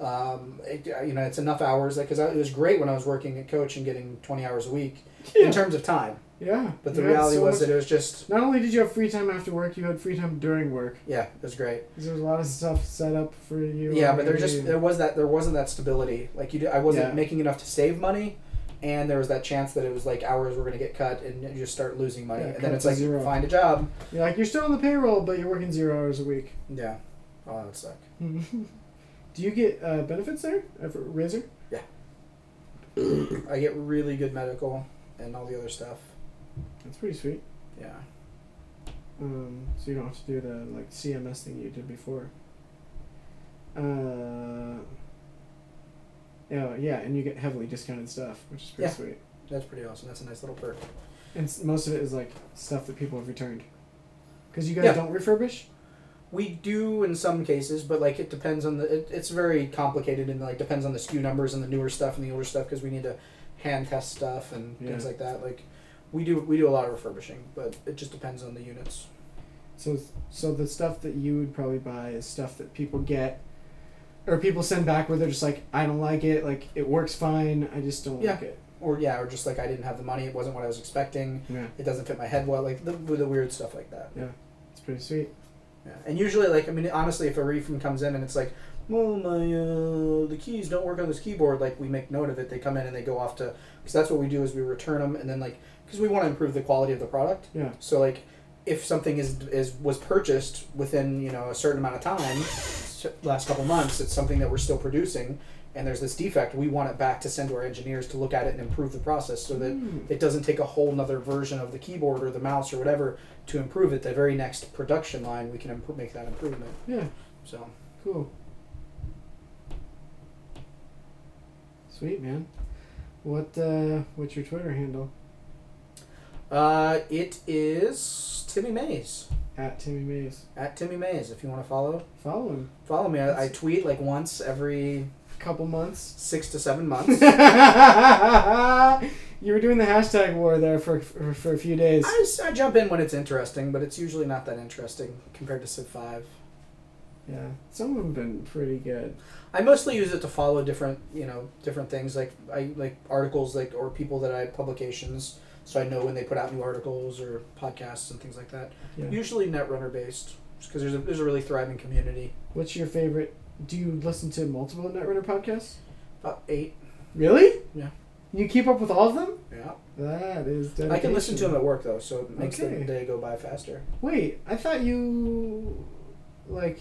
Speaker 4: Um, it, you know, it's enough hours because it was great when I was working at Coach and getting twenty hours a week
Speaker 5: yeah.
Speaker 4: in terms of time.
Speaker 5: yeah.
Speaker 4: But the
Speaker 5: You had
Speaker 4: reality
Speaker 5: so
Speaker 4: was
Speaker 5: much-
Speaker 4: that it was just
Speaker 5: not only did you have free time after work, you had free time during work.
Speaker 4: yeah, it was great.
Speaker 5: 'Cause There was a lot of stuff set up for you.
Speaker 4: Yeah, but there
Speaker 5: already.
Speaker 4: just there was that there wasn't that stability. Like you, did, I wasn't
Speaker 5: Yeah.
Speaker 4: making enough to save money, and there was that chance that it was like hours were going to get cut, and you just start losing money,
Speaker 5: Yeah,
Speaker 4: and
Speaker 5: cut
Speaker 4: then it's
Speaker 5: to
Speaker 4: like
Speaker 5: zero.
Speaker 4: find a job.
Speaker 5: you're like you're still on the payroll, but you're working zero hours a week.
Speaker 4: Yeah, oh, that would suck.
Speaker 5: Do you get uh, benefits there Uh, for Razor?
Speaker 4: I get really good medical and all the other stuff.
Speaker 5: That's pretty sweet.
Speaker 4: Yeah,
Speaker 5: Um, so you don't have to do the like CMS thing you did before. Uh, yeah, yeah, and you get heavily discounted stuff, which is pretty
Speaker 4: Yeah.
Speaker 5: sweet.
Speaker 4: that's pretty awesome. That's a nice little perk.
Speaker 5: And s- most of it is like stuff that people have returned. Because you guys
Speaker 4: Yeah.
Speaker 5: don't refurbish.
Speaker 4: We do in some cases, but like it depends on the. It, it's very complicated and like depends on the SKU numbers and the newer stuff and the older stuff because we need to hand test stuff and things
Speaker 5: Yeah.
Speaker 4: like that. Like we do we do a lot of refurbishing, but it just depends on the units.
Speaker 5: So, so the stuff that you would probably buy is stuff that people get, or people send back where they're just like, I don't like it. Like it works fine. I just don't
Speaker 4: Yeah.
Speaker 5: like it.
Speaker 4: or yeah, or just like I didn't have the money. It wasn't what I was expecting.
Speaker 5: Yeah,
Speaker 4: It doesn't fit my head well. Like the, the weird stuff like that.
Speaker 5: it's pretty sweet.
Speaker 4: Yeah. And usually, like I mean, honestly, if a refund comes in and it's like, well, my uh, the keys don't work on this keyboard. Like we make note of it. They come in and they go off to because that's what we do is we return them and then like because we want to improve the quality of the product.
Speaker 5: Yeah.
Speaker 4: So like if something is is was purchased within you know a certain amount of time, s- last couple months, it's something that we're still producing. And there's this defect. We want it back to send to our engineers to look at it and improve the process so that
Speaker 5: Mm.
Speaker 4: it doesn't take a whole nother version of the keyboard or the mouse or whatever to improve it. The very next production line, we can improve, make that improvement.
Speaker 5: Yeah.
Speaker 4: So
Speaker 5: Cool. Sweet man. What uh, what's your Twitter handle?
Speaker 4: uh, it is Timmy Mays.
Speaker 5: At Timmy Mays.
Speaker 4: At Timmy Mays, if you want to follow,
Speaker 5: Follow him.
Speaker 4: follow me. I, I tweet like once every
Speaker 5: Couple months.
Speaker 4: six to seven months.
Speaker 5: you were doing the hashtag war there for for, for a few days.
Speaker 4: I, s- I jump in when it's interesting, but it's usually not that interesting compared to Civ 5.
Speaker 5: Yeah, some of them have been pretty good.
Speaker 4: I mostly use it to follow different, you know, different things like I like articles like or people that I publications, so I know when they put out new articles or podcasts and things like that.
Speaker 5: Yeah.
Speaker 4: Usually Netrunner based, because there's a there's a really thriving community.
Speaker 5: What's your favorite? Do you listen to multiple Netrunner podcasts?
Speaker 4: About eight,
Speaker 5: Really?
Speaker 4: Yeah.
Speaker 5: You keep up with all of them?
Speaker 4: yeah.
Speaker 5: That is dedication.
Speaker 4: I can listen to them at work though, so it makes
Speaker 5: Okay.
Speaker 4: the day go by faster.
Speaker 5: Wait, I thought you like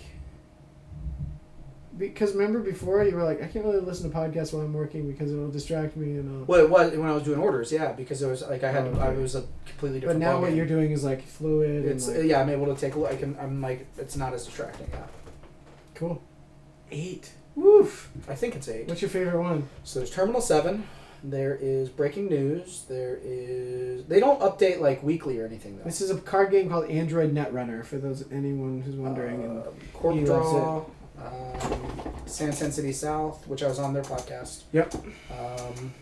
Speaker 5: because remember before you were like I can't really listen to podcasts while I'm working because it'll distract me and all.
Speaker 4: Well, it was when I was doing orders, yeah, because it was like I had
Speaker 5: Oh, okay.
Speaker 4: I was a completely
Speaker 5: But
Speaker 4: different.
Speaker 5: now what
Speaker 4: ballgame.
Speaker 5: you're doing is like fluid
Speaker 4: it's
Speaker 5: and like,
Speaker 4: yeah, I'm able to take a look. I can I'm like it's not as distracting. Yeah,
Speaker 5: cool. Eight. Woof.
Speaker 4: I think it's eight.
Speaker 5: What's your favorite one?
Speaker 4: So there's Terminal Seven. There is breaking news. There is they don't update like weekly or anything though.
Speaker 5: This is a card game called Android Netrunner for those anyone who's wondering. and
Speaker 4: Uh, Corp
Speaker 5: he
Speaker 4: Draw,
Speaker 5: loves
Speaker 4: um, San San City South, which I was on their podcast.
Speaker 5: Yep.
Speaker 4: Um,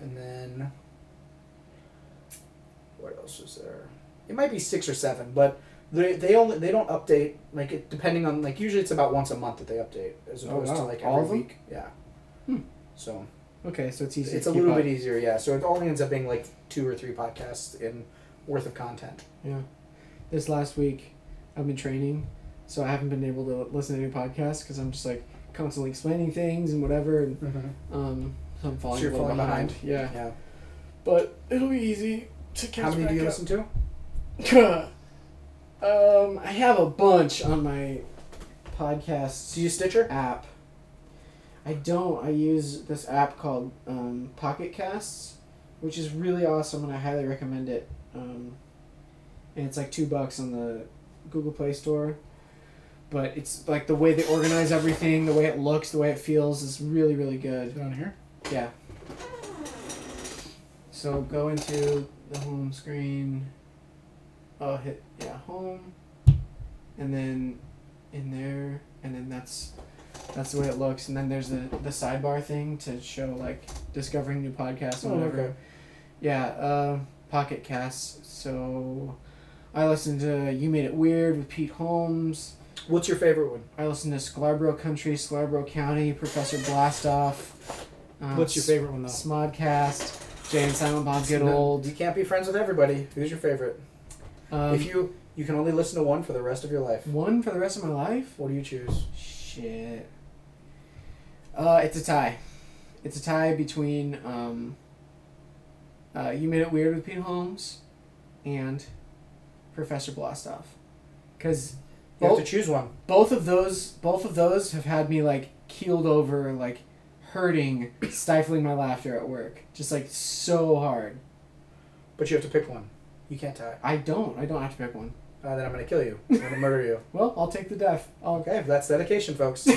Speaker 4: and then what else is there? It might be six or seven, but they they only they don't update like it, depending on like usually it's about once a month that they update as
Speaker 5: Oh,
Speaker 4: opposed to
Speaker 5: wow.
Speaker 4: like
Speaker 5: All
Speaker 4: every
Speaker 5: of them?
Speaker 4: week. Yeah.
Speaker 5: Hmm.
Speaker 4: So.
Speaker 5: Okay, so it's easy.
Speaker 4: it's
Speaker 5: to
Speaker 4: a
Speaker 5: keep
Speaker 4: little
Speaker 5: up.
Speaker 4: bit easier, yeah. So it only ends up being like two or three podcasts in worth of content.
Speaker 5: Yeah. This last week, I've been training, so I haven't been able to listen to any podcasts because I'm just like constantly explaining things and whatever, and um, so I'm falling,
Speaker 4: So you're
Speaker 5: a little
Speaker 4: falling
Speaker 5: behind.
Speaker 4: behind.
Speaker 5: Yeah,
Speaker 4: Yeah.
Speaker 5: but it'll be easy to catch
Speaker 4: How many do you
Speaker 5: back
Speaker 4: listen to?
Speaker 5: up. um, I have a bunch on my podcast
Speaker 4: Do you Stitcher?
Speaker 5: app. I don't. I use this app called um, Pocket Casts, which is really awesome, and I highly recommend it. Um, and it's like two bucks on the Google Play Store. But it's like the way they organize everything, the way it looks, the way it feels is really, really good.
Speaker 4: it on here?
Speaker 5: Yeah. So go into the home screen. Oh, hit yeah home, and then in there, and then that's that's the way it looks. And then there's the the sidebar thing to show like discovering new podcasts and
Speaker 4: Oh,
Speaker 5: whatever.
Speaker 4: okay.
Speaker 5: Yeah, uh, Pocket Casts. So I listened to You Made It Weird with Pete Holmes.
Speaker 4: What's your favorite one?
Speaker 5: I listened to Scarborough Country, Scarborough County, Professor Blastoff. Uh,
Speaker 4: What's your favorite one though?
Speaker 5: Smodcast, Jay and Silent Bob Get
Speaker 4: You
Speaker 5: Old.
Speaker 4: can't be friends with everybody. Who's your favorite?
Speaker 5: Um,
Speaker 4: if you you can only listen to one for the rest of your life.
Speaker 5: one for the rest of my life?
Speaker 4: What do you choose?
Speaker 5: Shit. Uh, it's a tie. It's a tie between um, uh, You Made It Weird with Pete Holmes and Professor Blastoff. Because
Speaker 4: You have
Speaker 5: both,
Speaker 4: to choose one.
Speaker 5: both of those both of those have had me like keeled over, like hurting, stifling my laughter at work. Just like so hard.
Speaker 4: But you have to pick one. You can't tie.
Speaker 5: I don't. I don't have to pick one.
Speaker 4: Uh, then I'm gonna kill you. I'm gonna murder you.
Speaker 5: Well, I'll take the death. I'll
Speaker 4: Okay, that's dedication, folks. he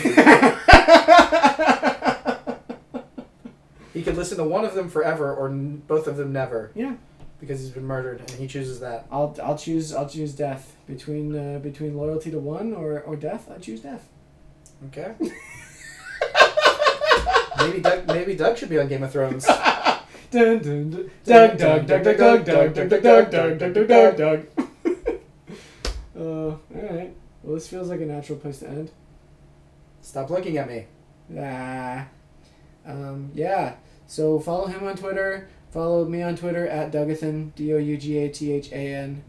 Speaker 4: could listen to one of them forever or n- both of them never.
Speaker 5: Yeah.
Speaker 4: Because he's been murdered and he chooses that.
Speaker 5: I'll I'll choose I'll choose death between uh, between loyalty to one or, or death. I choose death.
Speaker 4: Okay. maybe Doug, maybe Doug should be on Game of Thrones.
Speaker 5: Dun, dun, dun, Doug Doug Doug Doug Doug Doug Doug Doug Doug Doug Doug Doug Doug. Uh, all right. Well, this feels like a natural place to end.
Speaker 4: Stop looking at me.
Speaker 5: Ah. Um, yeah. So follow him on Twitter. Follow me on Twitter at Dougathan, D O U G A T H A N.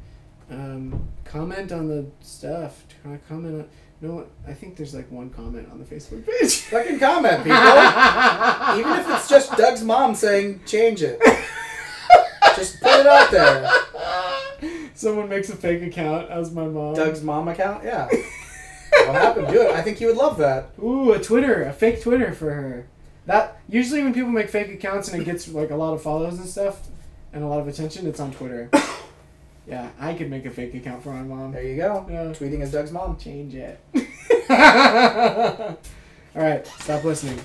Speaker 5: Um, comment on the stuff. Try- Comment on. No, I think there's like one comment on the Facebook page.
Speaker 4: Fucking comment, people. Even if it's just Doug's mom saying change it. just put it out there.
Speaker 5: Someone makes a fake account as my mom.
Speaker 4: Doug's mom account? Yeah. what happened? Do it. I think he would love that.
Speaker 5: Ooh, a Twitter, a fake Twitter for her. That usually when people make fake accounts and it gets like a lot of follows and stuff, and a lot of attention, it's on Twitter. yeah, I could make a fake account for my mom.
Speaker 4: There you go.
Speaker 5: Yeah.
Speaker 4: Tweeting as Doug's mom.
Speaker 5: Change it. All right, stop listening.